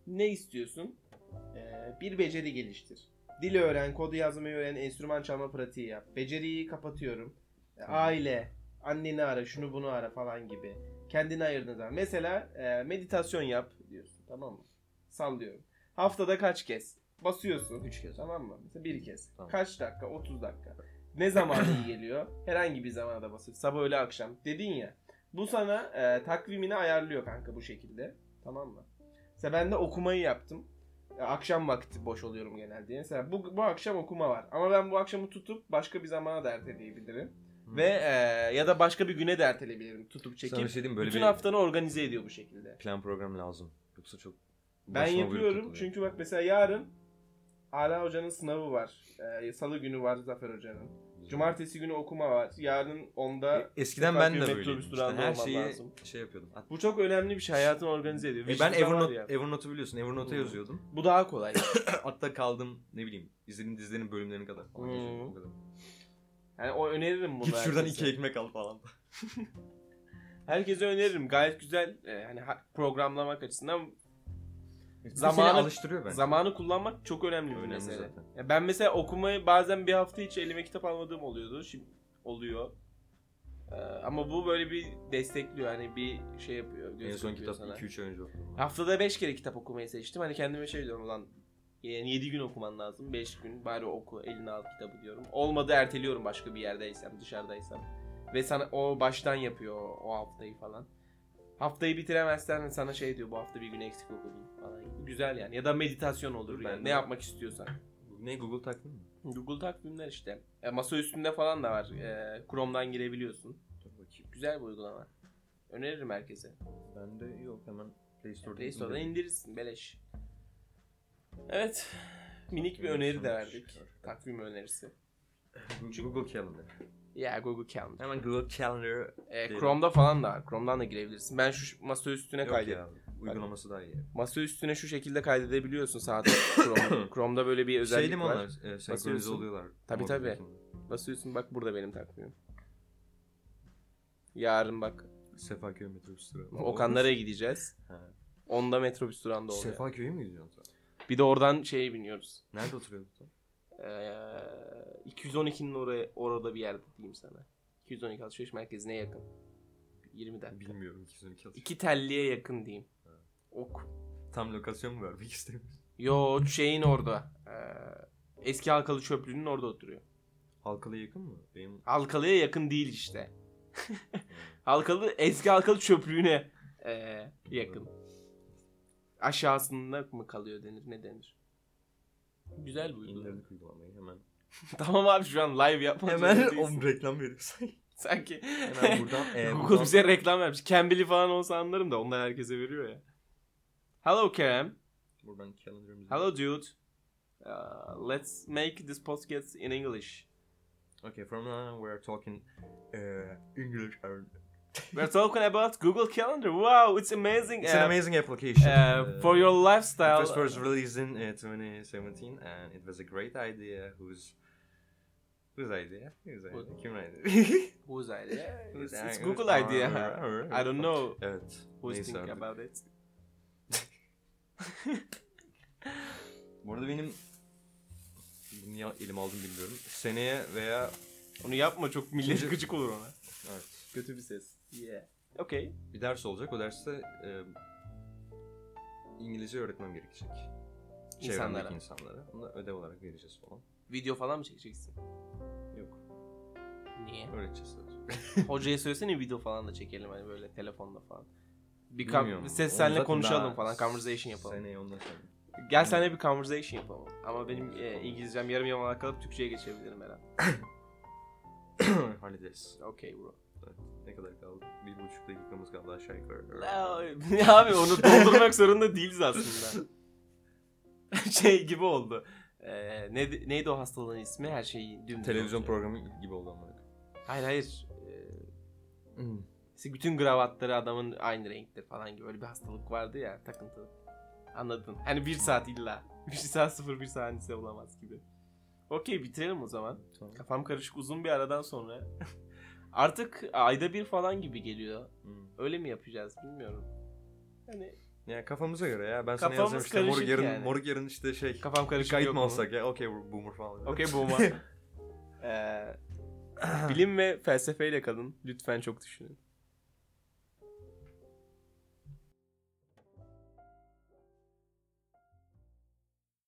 Speaker 2: Ne istiyorsun? E, bir beceri geliştir. Dili öğren, kodu yazmayı öğren, enstrüman çalma pratiği yap. Beceriyi kapatıyorum. E, Aile, anneni ara, şunu bunu ara falan gibi. Kendini ayırdığın zaman. Mesela e, meditasyon yap diyorsun tamam mı? Sallıyorum. Haftada kaç kez? Basıyorsun.
Speaker 1: Üç kez.
Speaker 2: Tamam mı? Mesela bir kez.
Speaker 1: Tamam.
Speaker 2: Kaç dakika? 30 dakika. Ne zaman iyi geliyor? Herhangi bir zamana da basıyor. Sabah öğle akşam. Dedin ya. Bu sana e, takvimini ayarlıyor kanka bu şekilde. Tamam mı? Mesela ben de okumayı yaptım. Ya akşam vakti boş oluyorum genelde. Mesela bu, bu akşam okuma var. Ama ben bu akşamı tutup başka bir zamana da erteleyebilirim.
Speaker 1: Hı.
Speaker 2: Ve e, ya da başka bir güne de erteleyebilirim. Tutup
Speaker 1: Hmm. Sana bir
Speaker 2: çekip.
Speaker 1: şey diyeyim mi? böyle
Speaker 2: bütün
Speaker 1: bir
Speaker 2: haftanı organize ediyor bu şekilde.
Speaker 1: plan program lazım. Yoksa çok
Speaker 2: Ben
Speaker 1: başıma buyruk
Speaker 2: yapıyorum
Speaker 1: takılıyor.
Speaker 2: çünkü bak mesela yarın Ala Hoca'nın sınavı var. E, Salı günü var Zafer Hoca'nın. Cumartesi günü okuma var. Yarın onda
Speaker 1: E, Eskiden
Speaker 2: sefer
Speaker 1: ben de
Speaker 2: bir
Speaker 1: böyleydim.
Speaker 2: metrobüs
Speaker 1: İşte
Speaker 2: durağında
Speaker 1: her
Speaker 2: olmam
Speaker 1: şeyi
Speaker 2: lazım.
Speaker 1: şey yapıyordum. At-
Speaker 2: bu çok önemli bir şey. Hayatını organize ediyor.
Speaker 1: E, ben
Speaker 2: Vicdanlar
Speaker 1: Evernote,
Speaker 2: ya. Hmm.
Speaker 1: Evernote'u biliyorsun. Evernote'a
Speaker 2: Hı.
Speaker 1: yazıyordum.
Speaker 2: Bu daha kolay.
Speaker 1: Hatta kaldım ne bileyim izlediğim dizilerin bölümlerine kadar falan.
Speaker 2: Hı.
Speaker 1: yazıyordum, o kadar.
Speaker 2: Yani o öneririm Hmm. bunu.
Speaker 1: Git şuradan
Speaker 2: herkese.
Speaker 1: iki ekmek al falan.
Speaker 2: Herkese öneririm. Gayet güzel e, hani ha- programlamak açısından Zamanı-
Speaker 1: Zamanı alıştırıyor ben.
Speaker 2: zamanı kullanmak çok önemli bir
Speaker 1: Önemli
Speaker 2: mesele.
Speaker 1: zaten.
Speaker 2: Ya ben mesela okumayı bazen bir hafta hiç elime kitap almadığım oluyordu. Şimdi oluyor. E, ama bu böyle bir destekliyor. Hani bir şey yapıyor.
Speaker 1: En son
Speaker 2: gözüküyor
Speaker 1: kitap
Speaker 2: sana.
Speaker 1: 2-3 ay önce okudum.
Speaker 2: Haftada 5 kere kitap okumayı seçtim. Hani kendime şey diyorum ulan yani 7 gün okuman lazım. 5 gün bari oku eline al kitabı diyorum. Olmadı erteliyorum başka bir yerdeysem dışarıdaysam. Ve sana o baştan yapıyor o, o haftayı falan. Haftayı bitiremezsen sana şey diyor bu hafta bir gün eksik okudun falan. Güzel yani. Ya da meditasyon olur
Speaker 1: Ben
Speaker 2: yani.
Speaker 1: de-
Speaker 2: Ne yapmak istiyorsan.
Speaker 1: Ne Google takvim mi?
Speaker 2: Google takvimler işte. E, masa üstünde falan da var. E, Chrome'dan girebiliyorsun.
Speaker 1: Dur bakayım.
Speaker 2: Güzel bir uygulama. Öneririm herkese.
Speaker 1: Bende yok hemen Play Store'da.
Speaker 2: Play Store'dan indirirsin beleş. Evet. Minik bir
Speaker 1: Evet,
Speaker 2: öneri
Speaker 1: sonuç
Speaker 2: de verdik.
Speaker 1: çıkıyor.
Speaker 2: Takvim önerisi.
Speaker 1: Google, Google Calendar.
Speaker 2: Ya Google Calendar.
Speaker 1: Hemen Google Calendar.
Speaker 2: Ee,
Speaker 1: Değil.
Speaker 2: Chrome'da falan da var. Chrome'dan da girebilirsin. Ben şu masa üstüne
Speaker 1: Yok
Speaker 2: kaydet.
Speaker 1: ya. Uygulaması daha iyi.
Speaker 2: Masa üstüne şu şekilde kaydedebiliyorsun saat Chrome. Chrome'da böyle bir özellik
Speaker 1: Şeyli mi
Speaker 2: var.
Speaker 1: onlar? E, senkronize
Speaker 2: Basıyorsun.
Speaker 1: oluyorlar.
Speaker 2: Tabii,
Speaker 1: Mobil
Speaker 2: tabii.
Speaker 1: telefonla.
Speaker 2: Masa üstüne bak burada benim takvimim. Yarın bak
Speaker 1: Sefaköy metrobüs durağı.
Speaker 2: Okanlara gideceğiz.
Speaker 1: Ha. Şey
Speaker 2: Onda metrobüs durağında oluyor.
Speaker 1: Sefaköy'e mi gidiyorsun sen?
Speaker 2: Bir de oradan şeye biniyoruz.
Speaker 1: Nerede oturuyordun sen?
Speaker 2: Ee, 212'nin oraya, orada bir yerde diyeyim sana. 212 alışveriş merkezine yakın. 20 dakika.
Speaker 1: Bilmiyorum 212 atış.
Speaker 2: İki telliye yakın diyeyim.
Speaker 1: Evet.
Speaker 2: Ok.
Speaker 1: Tam lokasyon mu vermek istemiyorum.
Speaker 2: Yo şeyin orada. Ee, eski halkalı çöplüğünün orada oturuyor.
Speaker 1: Halkalı yakın mı? Benim e,
Speaker 2: Halkalı'ya yakın değil işte. halkalı eski halkalı çöplüğüne ee, yakın. Aşağısında mı kalıyor denir ne denir? Güzel bu uygulama.
Speaker 1: indirdik uygulamayı hemen.
Speaker 2: tamam abi şu an live yapmak
Speaker 1: Hemen
Speaker 2: zorunda değilsin.
Speaker 1: on reklam veriyorsun.
Speaker 2: Sanki
Speaker 1: hemen buradan. E,
Speaker 2: Google
Speaker 1: buradan-
Speaker 2: Ee, bize reklam vermiş. Cambly falan olsa anlarım da onlar herkese veriyor ya. Hello Cam.
Speaker 1: Buradan calendar'ımızı.
Speaker 2: Hello dude. Uh, let's make this podcast in English.
Speaker 1: Okay, from now on we're talking uh, English. and-
Speaker 2: We're talking about Google Calendar. Wow, it's amazing.
Speaker 1: It's an
Speaker 2: app.
Speaker 1: amazing application.
Speaker 2: Uh, for your
Speaker 1: It
Speaker 2: lifestyle.
Speaker 1: was first released in uh, 2017, and it was a great idea. Whose whose idea? Whose idea?
Speaker 2: Who-
Speaker 1: Kimin idea?
Speaker 2: Whose idea? It's,
Speaker 1: Whose
Speaker 2: it's
Speaker 1: idea?
Speaker 2: Google
Speaker 1: Aa,
Speaker 2: idea.
Speaker 1: aa, aa, aa.
Speaker 2: I don't know
Speaker 1: Evet.
Speaker 2: who's
Speaker 1: uh, neyse
Speaker 2: thinking
Speaker 1: artık.
Speaker 2: about it.
Speaker 1: Bu arada benim bunu niye elim aldım bilmiyorum. Seneye veya
Speaker 2: Onu yapma çok millet
Speaker 1: İkinci-
Speaker 2: gıcık olur ona.
Speaker 1: evet,
Speaker 2: Kötü bir ses. Yeah. Okay.
Speaker 1: bir ders olacak. O derste e, İngilizce öğretmem gerekecek.
Speaker 2: İnsanlara.
Speaker 1: Çevremdeki insanlara. Bunu da ödev olarak vereceğiz falan.
Speaker 2: Video falan mı çekeceksin?
Speaker 1: Yok.
Speaker 2: Niye?
Speaker 1: Öğreteceğiz sadece.
Speaker 2: Hocaya söylesene video falan da çekelim hani böyle telefonla falan. Bir kam-
Speaker 1: Bilmiyorum. Onu
Speaker 2: ses senle
Speaker 1: zaten
Speaker 2: konuşalım
Speaker 1: daha
Speaker 2: falan, conversation yapalım.
Speaker 1: Seneye ondan sonra.
Speaker 2: Gel seninle bir conversation yapalım. Ama benim e, İngilizcem yarım yamalak kalıp Türkçe'ye geçebilirim herhalde.
Speaker 1: Hallederiz.
Speaker 2: Okay bro.
Speaker 1: Ne kadar kaldı? Bir buçuk dakikamız kaldı aşağı yukarı.
Speaker 2: Abi onu doldurmak zorunda değiliz aslında. şey gibi oldu. Ee, ne, neydi o hastalığın ismi? Her şeyi dümdüz
Speaker 1: Televizyon
Speaker 2: olacak.
Speaker 1: programı gibi oldu ama.
Speaker 2: Hayır hayır. Ee, işte bütün gravatları adamın aynı renkte falan gibi. Öyle bir hastalık vardı ya takıntılı. Anladın. Hani bir saat illa. Bir saat sıfır bir saniyesi olamaz gibi. Okey bitirelim o zaman.
Speaker 1: Tamam.
Speaker 2: Kafam karışık uzun bir aradan sonra. Artık ayda bir falan gibi geliyor.
Speaker 1: Hmm.
Speaker 2: Öyle mi yapacağız bilmiyorum. Hani Yani
Speaker 1: Ya kafamıza göre ya. Ben sana
Speaker 2: Kafamız
Speaker 1: yazacağım işte moruk
Speaker 2: karışık
Speaker 1: yarın,
Speaker 2: yani.
Speaker 1: moruk yarın işte şey.
Speaker 2: kafam
Speaker 1: Kayıt
Speaker 2: karışık yok
Speaker 1: mı
Speaker 2: mu?
Speaker 1: alsak ya? Okey boomer falan.
Speaker 2: Okey boomer. Ee, bilim ve felsefeyle kalın. Lütfen çok düşünün.